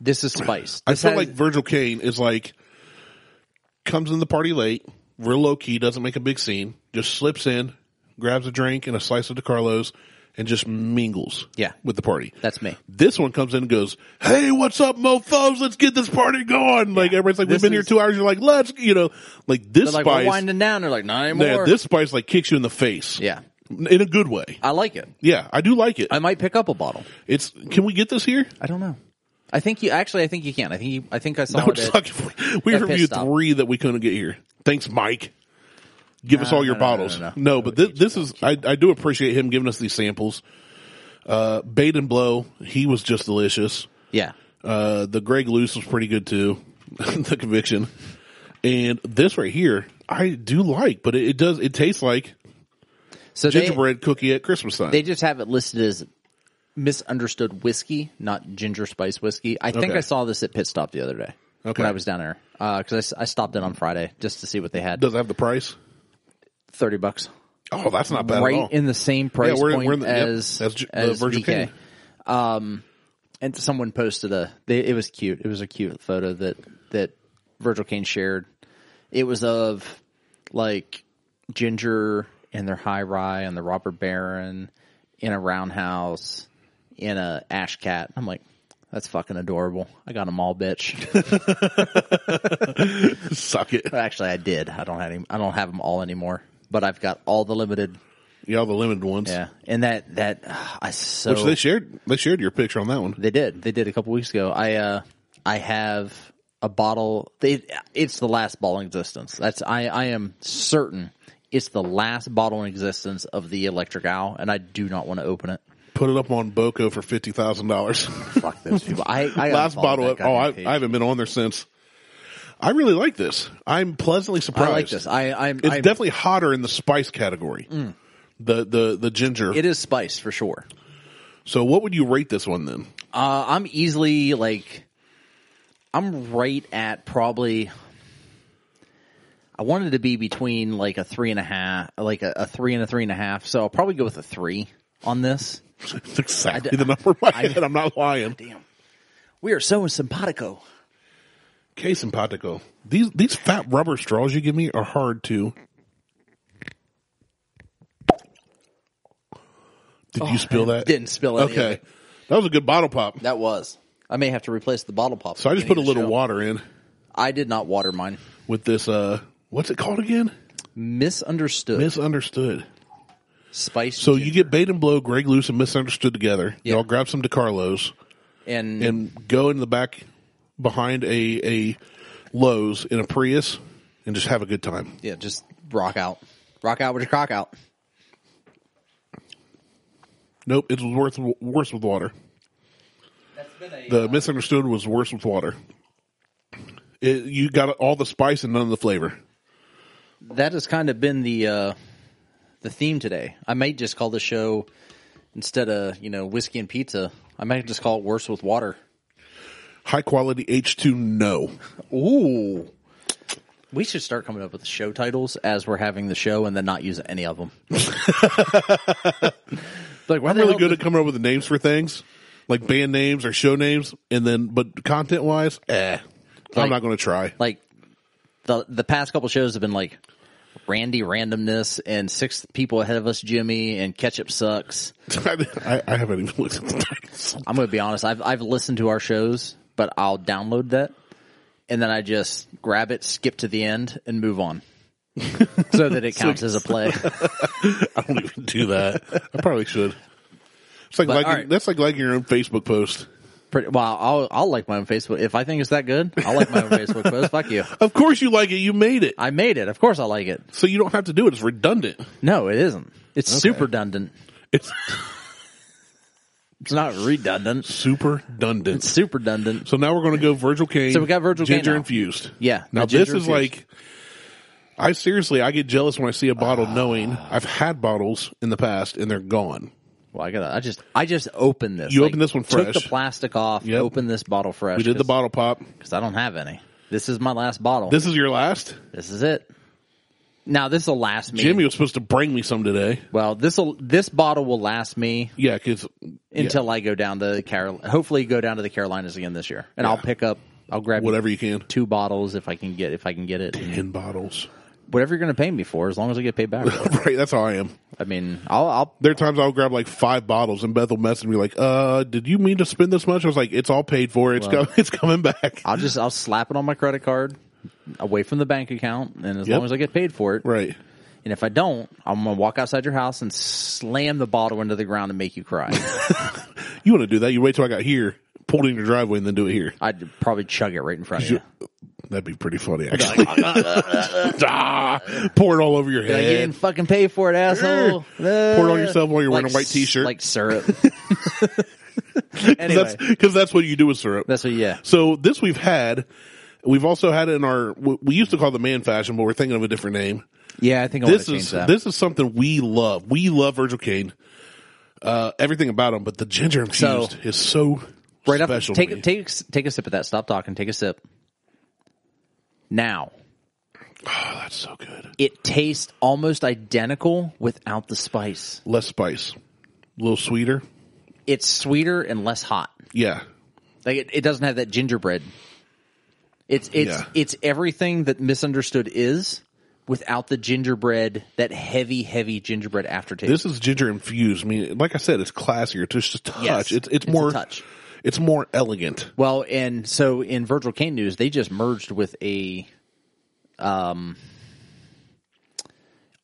This is spiced.
I
This
feel
has-
like Virgil Kane is like comes in the party late, real low key, doesn't make a big scene, just slips in, grabs a drink and a slice of DeCarlo's, and just mingles.
Yeah.
with the party.
that's me.
this one comes in and goes, "Hey, what's up, mofo's? Let's get this party going!" Like everybody's like, "We've
This
been here
is-
two hours." You're like, "Let's," you know, like this
They're like we're
spice.
winding down. They're like not
yeah,
anymore.
this spice like kicks you in the face.
yeah,
in a good way.
I like it.
Yeah, I do like it.
I might pick up a bottle.
It's can we get this here?
I don't know. I think you actually. I think you can. I think you, I think I saw
That would
it at-
suck if we, we
that
reviewed
pissed off.
three that we couldn't get here. Thanks, Mike. Give us all your
no, no,
bottles.
no,
No,
no, no.
but this, this is I, I do appreciate him giving us these samples. Uh, bait and blow, he was just delicious.
Yeah,
Uh, the Greg Loose was pretty good too. the conviction, and this right here, I do like, but it, it does it tastes like
so they,
gingerbread cookie at Christmas time.
they just have it listed as misunderstood whiskey, not ginger spice whiskey. I think
Okay.
I saw this at pit stop the other day
Okay.
when I was down there because I s I I, stopped in on Friday just to see what they had.
does it have the price?
Thirty bucks,
Oh, that's not bad at all.
right in the same price
we're-
point
we're in the- yep,
as
that's ju- the
as
Virgil
VK.
King.
Um, and someone posted a. They, it was cute. It was a cute photo that that Virgil Kane shared. It was of like Ginger in their high rye and the robber baron in a roundhouse in a ash cat. I'm like, that's fucking adorable. I got them all, bitch.
Suck it.
Actually, I did. I don't have any. I don't have them all anymore. But I've got all the limited.
Yeah, all the limited ones.
Yeah, and that that ah, I so
Which they shared. They shared your picture on that one.
They did. They did a couple weeks ago. I uh I have a bottle. They, it's the last bottle in existence. That's I, I am certain it's the last bottle in existence of the Electric Owl, and I do not want to open it.
Put it up on Boco for fifty thousand dollars.
Fuck those people. I, I gotta
Last
follow
bottle
that
up.
goddamn
Oh, I,
page.
I haven't been on there since. I really like this. I'm pleasantly
I
surprised.
like this. I, I'm.
It's
I'm
definitely hotter in the spice category. The the the ginger.
it is spice for sure.
so what would you rate this one then?
Uh, I'm easily like, I'm right at probably. I wanted to be between like a three and a half, like a, a three and a three and a half. So I'll probably go with a three on this.
It's exactly the number in my head. I'm not lying.
Damn, we are so simpatico.
Que simpatico. These these fat rubber straws you give me are hard to. Did you spill that?
Oh, Didn't spill any. of
Okay,
it.
that was a good bottle pop.
that was. I may have to replace the bottle pop. at
So I
the
just put a
beginning of the
little
show.
water in
I did not water mine.
with this. uh What's it called again?
Misunderstood.
Misunderstood.
Spice.
So you get bait and blow, Greg Loose, and misunderstood together.
Yeah.
Y'all grab some DeCarlos
and,
and go in the back behind a a Lowe's in a Prius and just have a good time.
yeah, just rock out, rock out with your cock out.
Nope, it was worth worse with water.
That's been a
The misunderstood was worse with water. It, you got all the spice and none of the flavor.
that has kind of been the uh, the theme today. I might just call the show instead of you know whiskey and pizza. I might just call it worse with water.
High quality H two no.
Ooh, we should start coming up with show titles as we're having the show, and then not use any of them. like why
I'm really good at coming up with the names for things, like band names or show names, and then but content wise, eh, I'm
Like-
not going to try.
like the the past couple shows have been like Randy randomness and six people ahead of us, Jimmy and ketchup sucks.
I, I haven't even looked at the titles.
I'm going to be honest. I've I've listened to our shows, but I'll download that and then I just grab it, skip to the end, and move on, so that it counts as a play.
I don't even do that. I probably should. It's like liking,
all right.
that's like liking your own Facebook post.
Pretty, well, I'll I'll like my own Facebook if I think it's that good. I'll like my own Facebook post. Fuck you.
Of course, you like it. You made it,
I made it. Of course, I like it.
so you don't have to do it. It's redundant.
No, it isn't. It's super redundant.
It's
It's not redundant.
super redundant.
It's super redundant.
So now we're going to go Virgil Kane.
So we got Virgil Kane
ginger
now.
infused.
Yeah,
Now
the
this
ginger infused.
is like, I seriously, I get jealous when I see a bottle,
Ah.
knowing I've had bottles in the past and they're gone.
Well, I gotta. I just I just opened this.
You opened this one
Took
fresh.
the plastic off.
Yep.
Opened this bottle fresh.
We did the bottle pop.
because I don't have any. This is my last bottle.
This is your last.
This is it. Now this will last me.
Jimmy was supposed to bring me some today.
Well, this will this bottle will last me
Yeah, because
until I go down to Carol. Hopefully, go down to the Carolinas again this year, and I'll pick up. I'll grab
whatever you can,
two bottles if I can get if I can get it.
ten bottles.
Whatever you're going to pay me for, as long as I get paid back. for it.
Right, that's how I am.
I mean, I'll, I'll
There are times I'll grab like five bottles, and Beth will message me like, "Uh, did you mean to spend this much?" I was like, "It's all paid for. It's com- it's coming back."
I'll just I'll slap it on my credit card away from the bank account, and as
Yep.
long as I get paid for it,
right.
and if I don't, I'm going to walk outside your house and slam the bottle into the ground and make you cry.
You want to do that? You wait till I got here, pull it in your driveway, and then do it here.
I'd probably chug it right in front of you.
That'd be pretty funny, actually.
ah,
ah, pour it all over your
Like, you
head.
didn't fucking pay for it, asshole.
Pour it on yourself while you're wearing
Like
a white
s-
T-shirt.
like syrup. anyway,
Because
that's,
that's, 'cause that's what you do with syrup.
what. Yeah,
So this we've had. We've also had it in our. we- We used to call it the man fashion, but we're thinking of a different name.
yeah. I think I want
This
to change
is
that.
this is something we love. We love Virgil Kane. Uh, everything about him, but the ginger infused
So-
is so
right up.
special. to me.
Take take take a sip of that. Stop talking. Take a sip. Now
Oh, that's so good.
it tastes almost identical without the spice.
Less spice, a little sweeter.
It's sweeter and less hot.
Yeah,
Like it, it doesn't have that gingerbread. It's it's
Yeah.
it's everything that misunderstood is without the gingerbread, that heavy heavy gingerbread aftertaste.
This is ginger infused. I mean, like I said, it's classier. It's just a touch.
Yes.
It's, it's
It's a
more
touch.
It's more elegant.
Well, and so in Virgil Kane news, they just merged with a, um,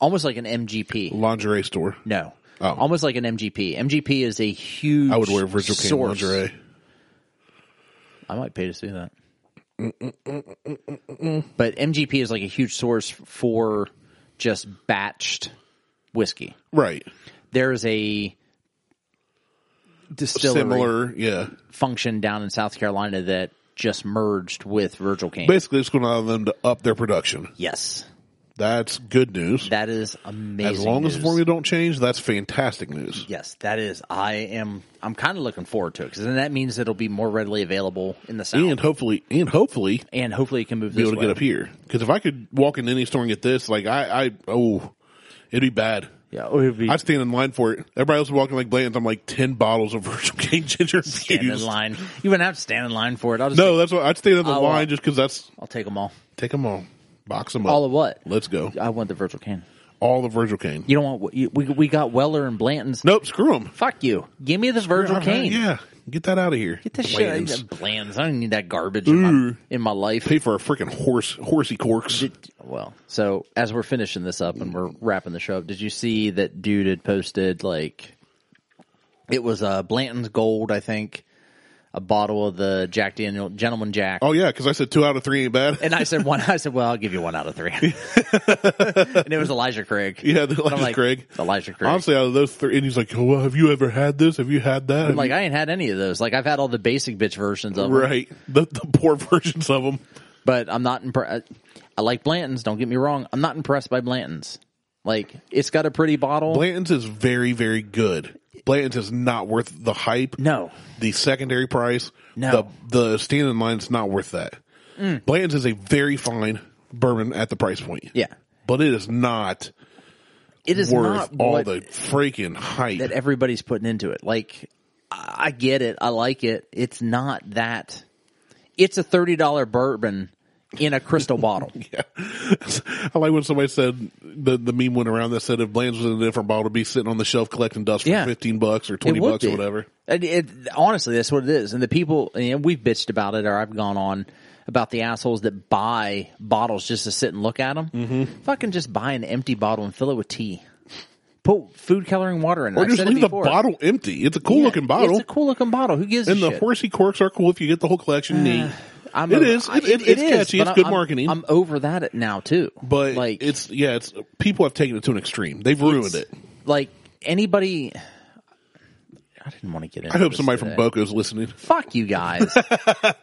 almost like an MGP.
Lingerie store.
No,
Oh.
almost like an MGP. MGP is a huge.
I would wear Virgil Kane
source.
lingerie.
I might pay to see that. But MGP is like a huge source for just batched whiskey.
Right.
There is a distillery
Similar, yeah.
function down in South Carolina that just merged with Virgil King.
Basically, it's going to allow them to up their production.
yes,
That's good news.
that is amazing.
as long as
news.
the formula don't change, that's fantastic news.
Yes, that is. I am. I'm kind of looking forward to it because then that means it'll be more readily available in the south, and,
And hopefully, and hopefully,
hopefully it can move
be
this
able to
way.
get up here. Because if I could walk into any store and get this, like I, I, oh, it'd be bad.
yeah, it would be
I'd stand in line for it. Everybody else is walking like Blanton's. I'm like ten bottles of Virgil King ginger
stand in
infused.
line. You wouldn't have to stand in line for it. I'll just
No, that's what I'd stand in the
Oh,
line
well.
just because that's
I'll take them all.
take them all, box them up.
All of what?
Let's go.
I want the Virgil can.
All the Virgil King.
You don't want you, we we got Weller and Blanton's.
Nope, screw them.
Fuck you. Give me this Virgil Kane.
Yeah, get that out of here.
Get this
Blanton's.
shit. Blanton's. I don't need that garbage in my, in my life.
Pay for a freaking horse, horsey corks.
Well, so as we're finishing this up and we're wrapping the show up, did you see that dude had posted like it was uh, Blanton's Gold, I think, a bottle of the Jack Daniel Gentleman Jack.
Oh yeah, because I said two out of three ain't bad.
And I said one. I said, "Well, I'll give you one out of three. and it was Elijah Craig.
yeah, the
I'm
like,
like
Craig.
Elijah Craig.
Honestly, out of those three, and he's like, "Well, have you ever had this? Have you had that?"
I'm like I ain't had any of those. Like I've had all the basic bitch versions of 'em,
right, the the poor versions of them.
but I'm not impressed. I like Blanton's. Don't get me wrong. I'm not impressed by Blanton's. Like it's got a pretty bottle.
Blanton's is very, very good. Blanton's is not worth the hype.
no,
The secondary price,
No. Mm.
the the stand in line is not worth that. Blanton's is a very fine bourbon at the price point.
yeah,
But it is not
it is
worth
not
all
what
the freaking hype.
that e- everybody's putting into it. Like, I I get it. I like it. It's not that. It's a thirty dollar bourbon in a crystal bottle.
I like when somebody said the the meme went around that said if Blanton's was in a different bottle, it'd be sitting on the shelf collecting dust for
Yeah.
fifteen bucks or twenty
It would
bucks
be.
or whatever.
And it, honestly, that's what it is. And the people, and we've bitched about it, or I've gone on about the assholes that buy bottles just to sit and look at them. Mm-hmm. Fucking just buy an empty bottle and fill it with tea. Put food coloring water in it.
Or
I've
just
said it
leave the
before.
bottle empty. It's a cool
Yeah,
looking bottle.
It's a cool looking bottle. Who gives
and
a
the
shit? Uh,
horsey corks are cool if you get the whole collection. Neat.
I'm
It
over-
is.
I-
It- it- it's catchy.
but
It's good
I'm-
marketing.
I'm over that now too.
But
like
it's yeah, it's people have taken it to an extreme. They've ruined it.
like anybody. I didn't want to get into.
I hope
this
somebody
today.
from Boca is listening.
Fuck you guys.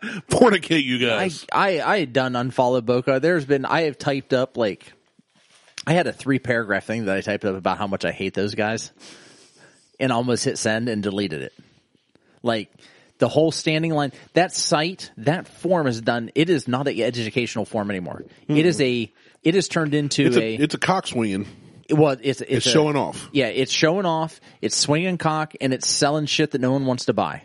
Fornicate you
I,
guys.
I I had done unfollowed Boca. There's been I have typed up like I had a three paragraph thing that I typed up about how much I hate those guys, and almost hit send and deleted it. Like the whole standing line that site that form is done. It is not an educational form anymore. It is a it is turned into
Hmm. it's
a,
a it's a cockswinging.
well it's it's,
It's
a-
showing off.
yeah, it's showing off, it's swinging cock, and it's selling shit that no one wants to buy.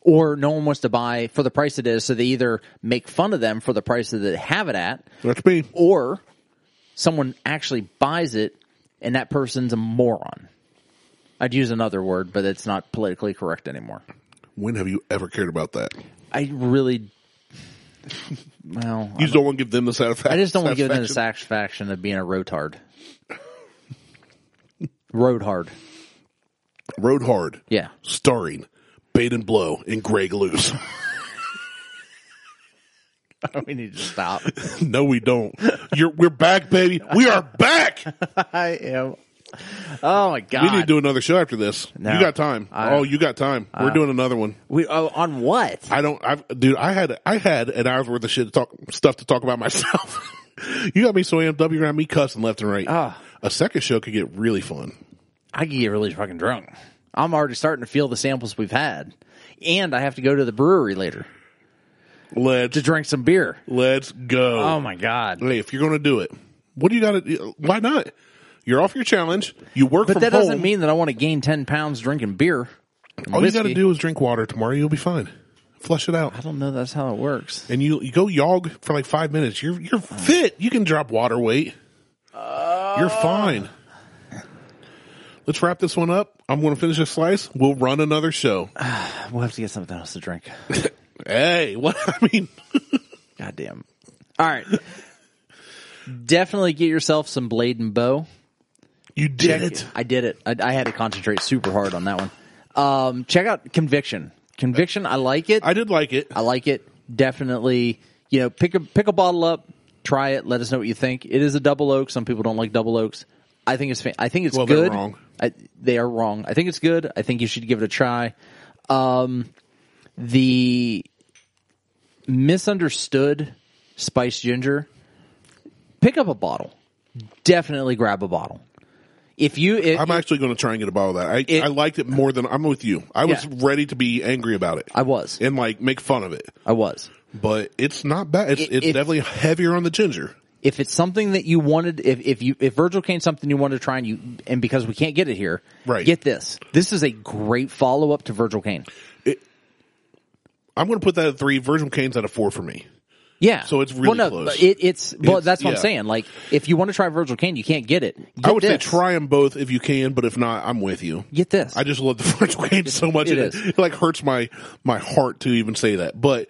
Or no one wants to buy for the price it is, so they either make fun of them for the price that they have it at,
That's me.
or someone actually buys it and that person's a moron. I'd use another word, but it's not politically correct anymore.
When have you ever cared about that?
I really, well,
You just don't want to give them the satisfaction.
I just don't want to give them the satisfaction of being a rotard. Road hard.
Road hard.
Yeah.
starring Bait and Blow and Greg Luce.
we need to stop.
no, we don't. You're, we're back, baby. We are back.
I am. Oh my god!
We need to do another show after this.
No.
You got time?
I- Uh.
oh, you got time. we're doing another one.
We- oh, on what?
I don't. I've dude. I had I had an hour's worth of shit to talk stuff to talk about myself. you got me so amped up. You got me cussing left and right.
Ah.
A second show could get really fun.
I could get really fucking drunk. I'm already starting to feel the samples we've had, and I have to go to the brewery later
Let's
to drink some beer.
let's go.
Oh my god!
hey, if you're going to do it, what do you got to? Why not? You're off your challenge. You work,
But
from
that
home.
doesn't mean that I want to gain ten pounds drinking beer. and
All you got
whiskey.
to do is drink water tomorrow. You'll be fine. Flush it out.
I don't know. That's how it works.
And you, you go jog for like five minutes. You're you're fit. You can drop water weight.
Uh,
you're fine. Let's wrap this one up. I'm going to finish a slice. We'll run another show.
We'll have to get something else to drink.
hey, what I mean?
Goddamn. All right. Definitely get yourself some blade and bow.
You did it.
I did it. I, I had to concentrate super hard on that one. Um, check out Conviction. Conviction, I like it.
I did like it.
I like it. Definitely you know, pick a pick a bottle up, try it, let us know what you think. It is a double oak. Some people don't like double oaks. I think it's fa- I think it's
Well, they're
good.
wrong.
I, they are wrong. I think it's good. I think you should give it a try. Um, the misunderstood spiced ginger. Pick up a bottle. Definitely grab a bottle. If you, if,
I'm actually going to try and get a bottle of that. I,
It-
I liked it more than I'm with you. I was
Yeah.
ready to be angry about it
I was,
and like make fun of it,
I was.
but it's not bad. It's,
It-
it's
if-
definitely heavier on the ginger.
if it's something that you wanted, if, if you if Virgil came something you wanted to try and you and because we can't get it here,
Right.
Get this. This is a great follow up to Virgil Kane.
I'm going to put that at three. Virgil Cane's at a four for me.
Yeah.
So it's
well,
really
no,
close.
but It, it's well,
It's-
that's what
yeah.
I'm saying. Like, if you want to try Virgil Kane, you can't get it.
I
Get
would say
this.
try them both if you can, but if not, I'm with you.
Get this.
I just love the Virgil Cane so much.
it
It,
is.
it like hurts my my heart to even say that, but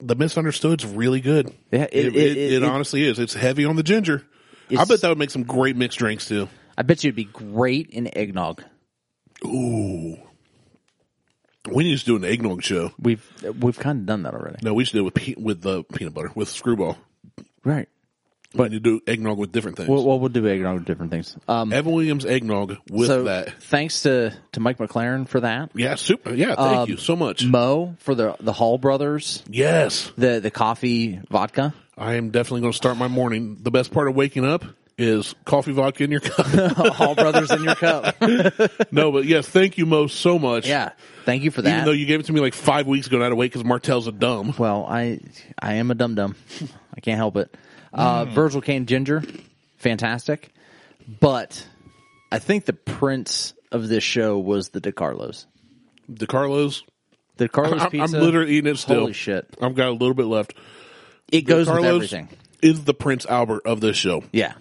the misunderstood's really good.
Yeah, it-
it,
it-
it,
it-
it
it-
honestly is. It's heavy on the ginger. I
It's-
bet that would make some great mixed drinks too.
I bet you it'd be great in eggnog.
We need to do an eggnog show.
We've we've kind of done that already,
No, we should do it with pe- with the peanut butter with screwball.
right?
But you do eggnog with different things.
Well, well, we'll do eggnog with different things. Um,
Evan Williams eggnog with
so
that.
thanks to to Mike McLaren for that.
Yeah, super. Yeah, thank
Um,
you so much.
Mo for the the Hall brothers,
yes,
the the coffee vodka.
I am definitely going to start my morning. The best part of waking up is coffee vodka in your cup.
Hall brothers in your cup.
no, but yes, thank you Mo so much.
Yeah. Thank you for
Even
that.
though you gave it to me like five weeks ago, and I had to wait because Martell's a dumb.
well, I I am a dum dum. I can't help it. Uh,
Hmm.
Virgil Kane Ginger, fantastic. But I think the prince of this show was the DeCarlos.
DeCarlo's.
The Carlos
I'm, I'm
pizza.
literally eating it still.
Holy shit!
I've got a little bit left.
It goes with
Carlos
everything.
is the Prince Albert of this show.
Yeah,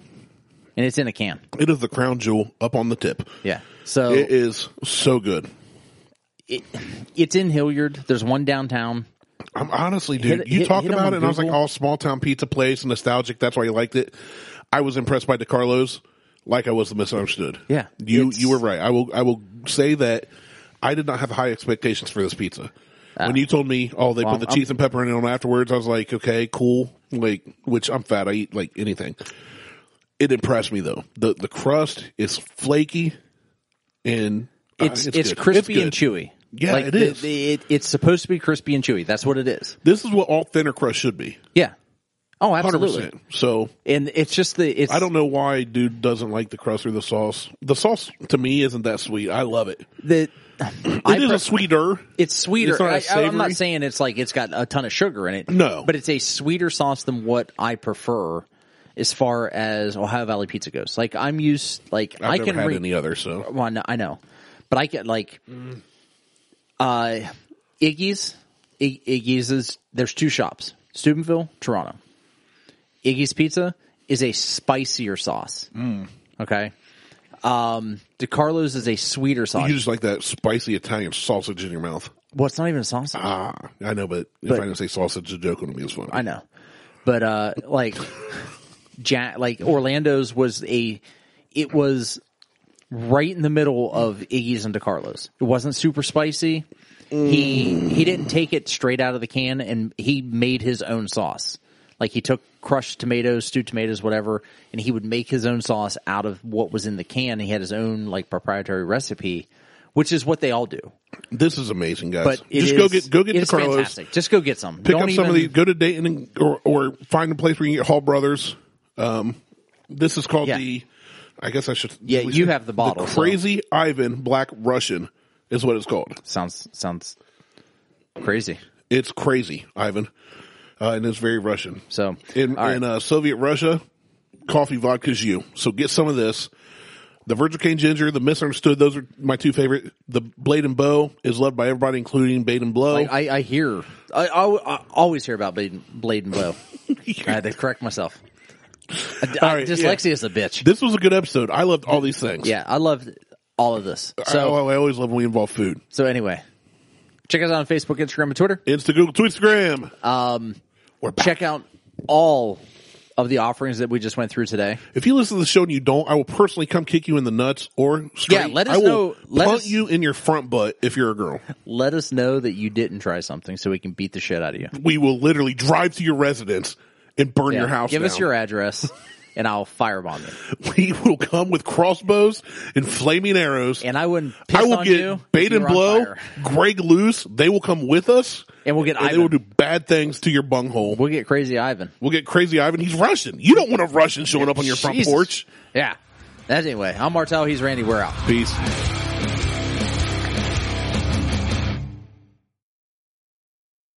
and it's in a can.
It is the crown jewel up on the tip.
Yeah. So
It is so good.
it- it's in Hilliard. There's one downtown.
I'm honestly, dude,
Hit-
you
hit-
talked
hit 'em
about
on
it, and I was like,
Google.
"Oh, small town pizza place, nostalgic. That's why you liked it." I was impressed by DeCarlo's, like I was misunderstood.
Yeah.
you
It's-
you were right. I will I will say that I did not have high expectations for this pizza. when you told me, "Oh, they put the
Ah. I'm-
cheese and pepper in it on afterwards," I was like, "Okay, cool." Like, which I'm fat. I eat like anything. It impressed me though. the The crust is flaky, and uh,
It's it's,
good.
crispy and
good.
chewy.
Yeah,
like
it
the-
is.
the- it, it's supposed to be crispy and chewy. That's what it is.
This is what all thinner crust should be.
Yeah. Oh,
Hundred
absolutely.
percent. So
and it's just the it's
I don't know why dude doesn't like the crust or the sauce. The sauce to me isn't that sweet. I love it. It
the
is
I pre-
a sweeter.
it's sweeter.
it's not as
I, am
savory.
not saying it's like it's got a ton of sugar in it.
No.
but it's a sweeter sauce than what I prefer as far as Ohio Valley pizza goes. Like I'm used like
I've
I
never
can Uh,
had
read.
any other. So
Well, no, I know, but I get like, uh, Iggy's. I- Iggy's is there's two shops: Steubenville, Toronto. Iggy's Pizza is a spicier sauce.
Mm.
Okay. Um, DeCarlo's is a sweeter sauce.
you just like that spicy Italian sausage in your mouth.
well, it's not even a sauce.
Ah, I know, but if I didn't say sausage, the joke wouldn't be as fun.
I know, but uh, like, ja like Orlando's was a, it was right in the middle of Iggy's and DeCarlo's. It wasn't super spicy. He he didn't take it straight out of the can, and he made his own sauce. Like he took crushed tomatoes, stewed tomatoes, whatever, and he would make his own sauce out of what was in the can. He had his own like proprietary recipe, which is what they all do.
this is amazing, guys.
But it
just
is-
go get go get
it is
DeCarlo's.
fantastic. Just go get some.
Pick
Don't
up some of
even-
these. Go to Dayton and, or or find a place where you can get Hall Brothers. Um, this is called
Yeah.
the. I guess I should.
Yeah, you
we should-
have the bottle, so-
Crazy Ivan Black Russian is what it's called.
Sounds sounds crazy.
It's crazy, Ivan, uh, and it's very Russian.
So
in,
all right.
in uh, Soviet Russia, coffee vodka's you. So get some of this. The Virgil Cane Ginger, the Misunderstood, those are my two favorite. The Blade and Bow is loved by everybody, including Bait and Blow.
Like, I, I hear I, I, I always hear about blade, blade and bow. I had to correct myself. I- I-
right,
dyslexia is a bitch.
this was a good episode. I loved all these things.
yeah, I love all of this. So
So, I, I always love when we involve food.
so anyway, check us out on Facebook, Instagram, and Twitter.
Insta Google Instagram. Um, We're back.
Check out all of the offerings that we just went through today.
If you listen to the show and you don't, I will personally come kick you in the nuts or straight.
Yeah, let us
I will
know- let
punt
us-
you in your front butt if you're a girl.
Let us know that you didn't try something so we can beat the shit out of you.
We will literally drive to your residence and burn your
Yeah.
house.
Give us
down.
your address and I'll firebomb you.
We will come with crossbows and flaming arrows.
And I wouldn't piss
I will
on you
get
if
bait
you
and
were on
blow,
fire.
Greg loose. They will come with us,
And we'll get
and they
Ivan.
will do bad things to your bunghole.
We'll get crazy Ivan.
We'll get crazy Ivan. He's Russian. You don't want a Russian showing up on your front
Jesus.
porch.
Yeah. That's anyway. I'm Martel. He's Randy. We're out.
Peace.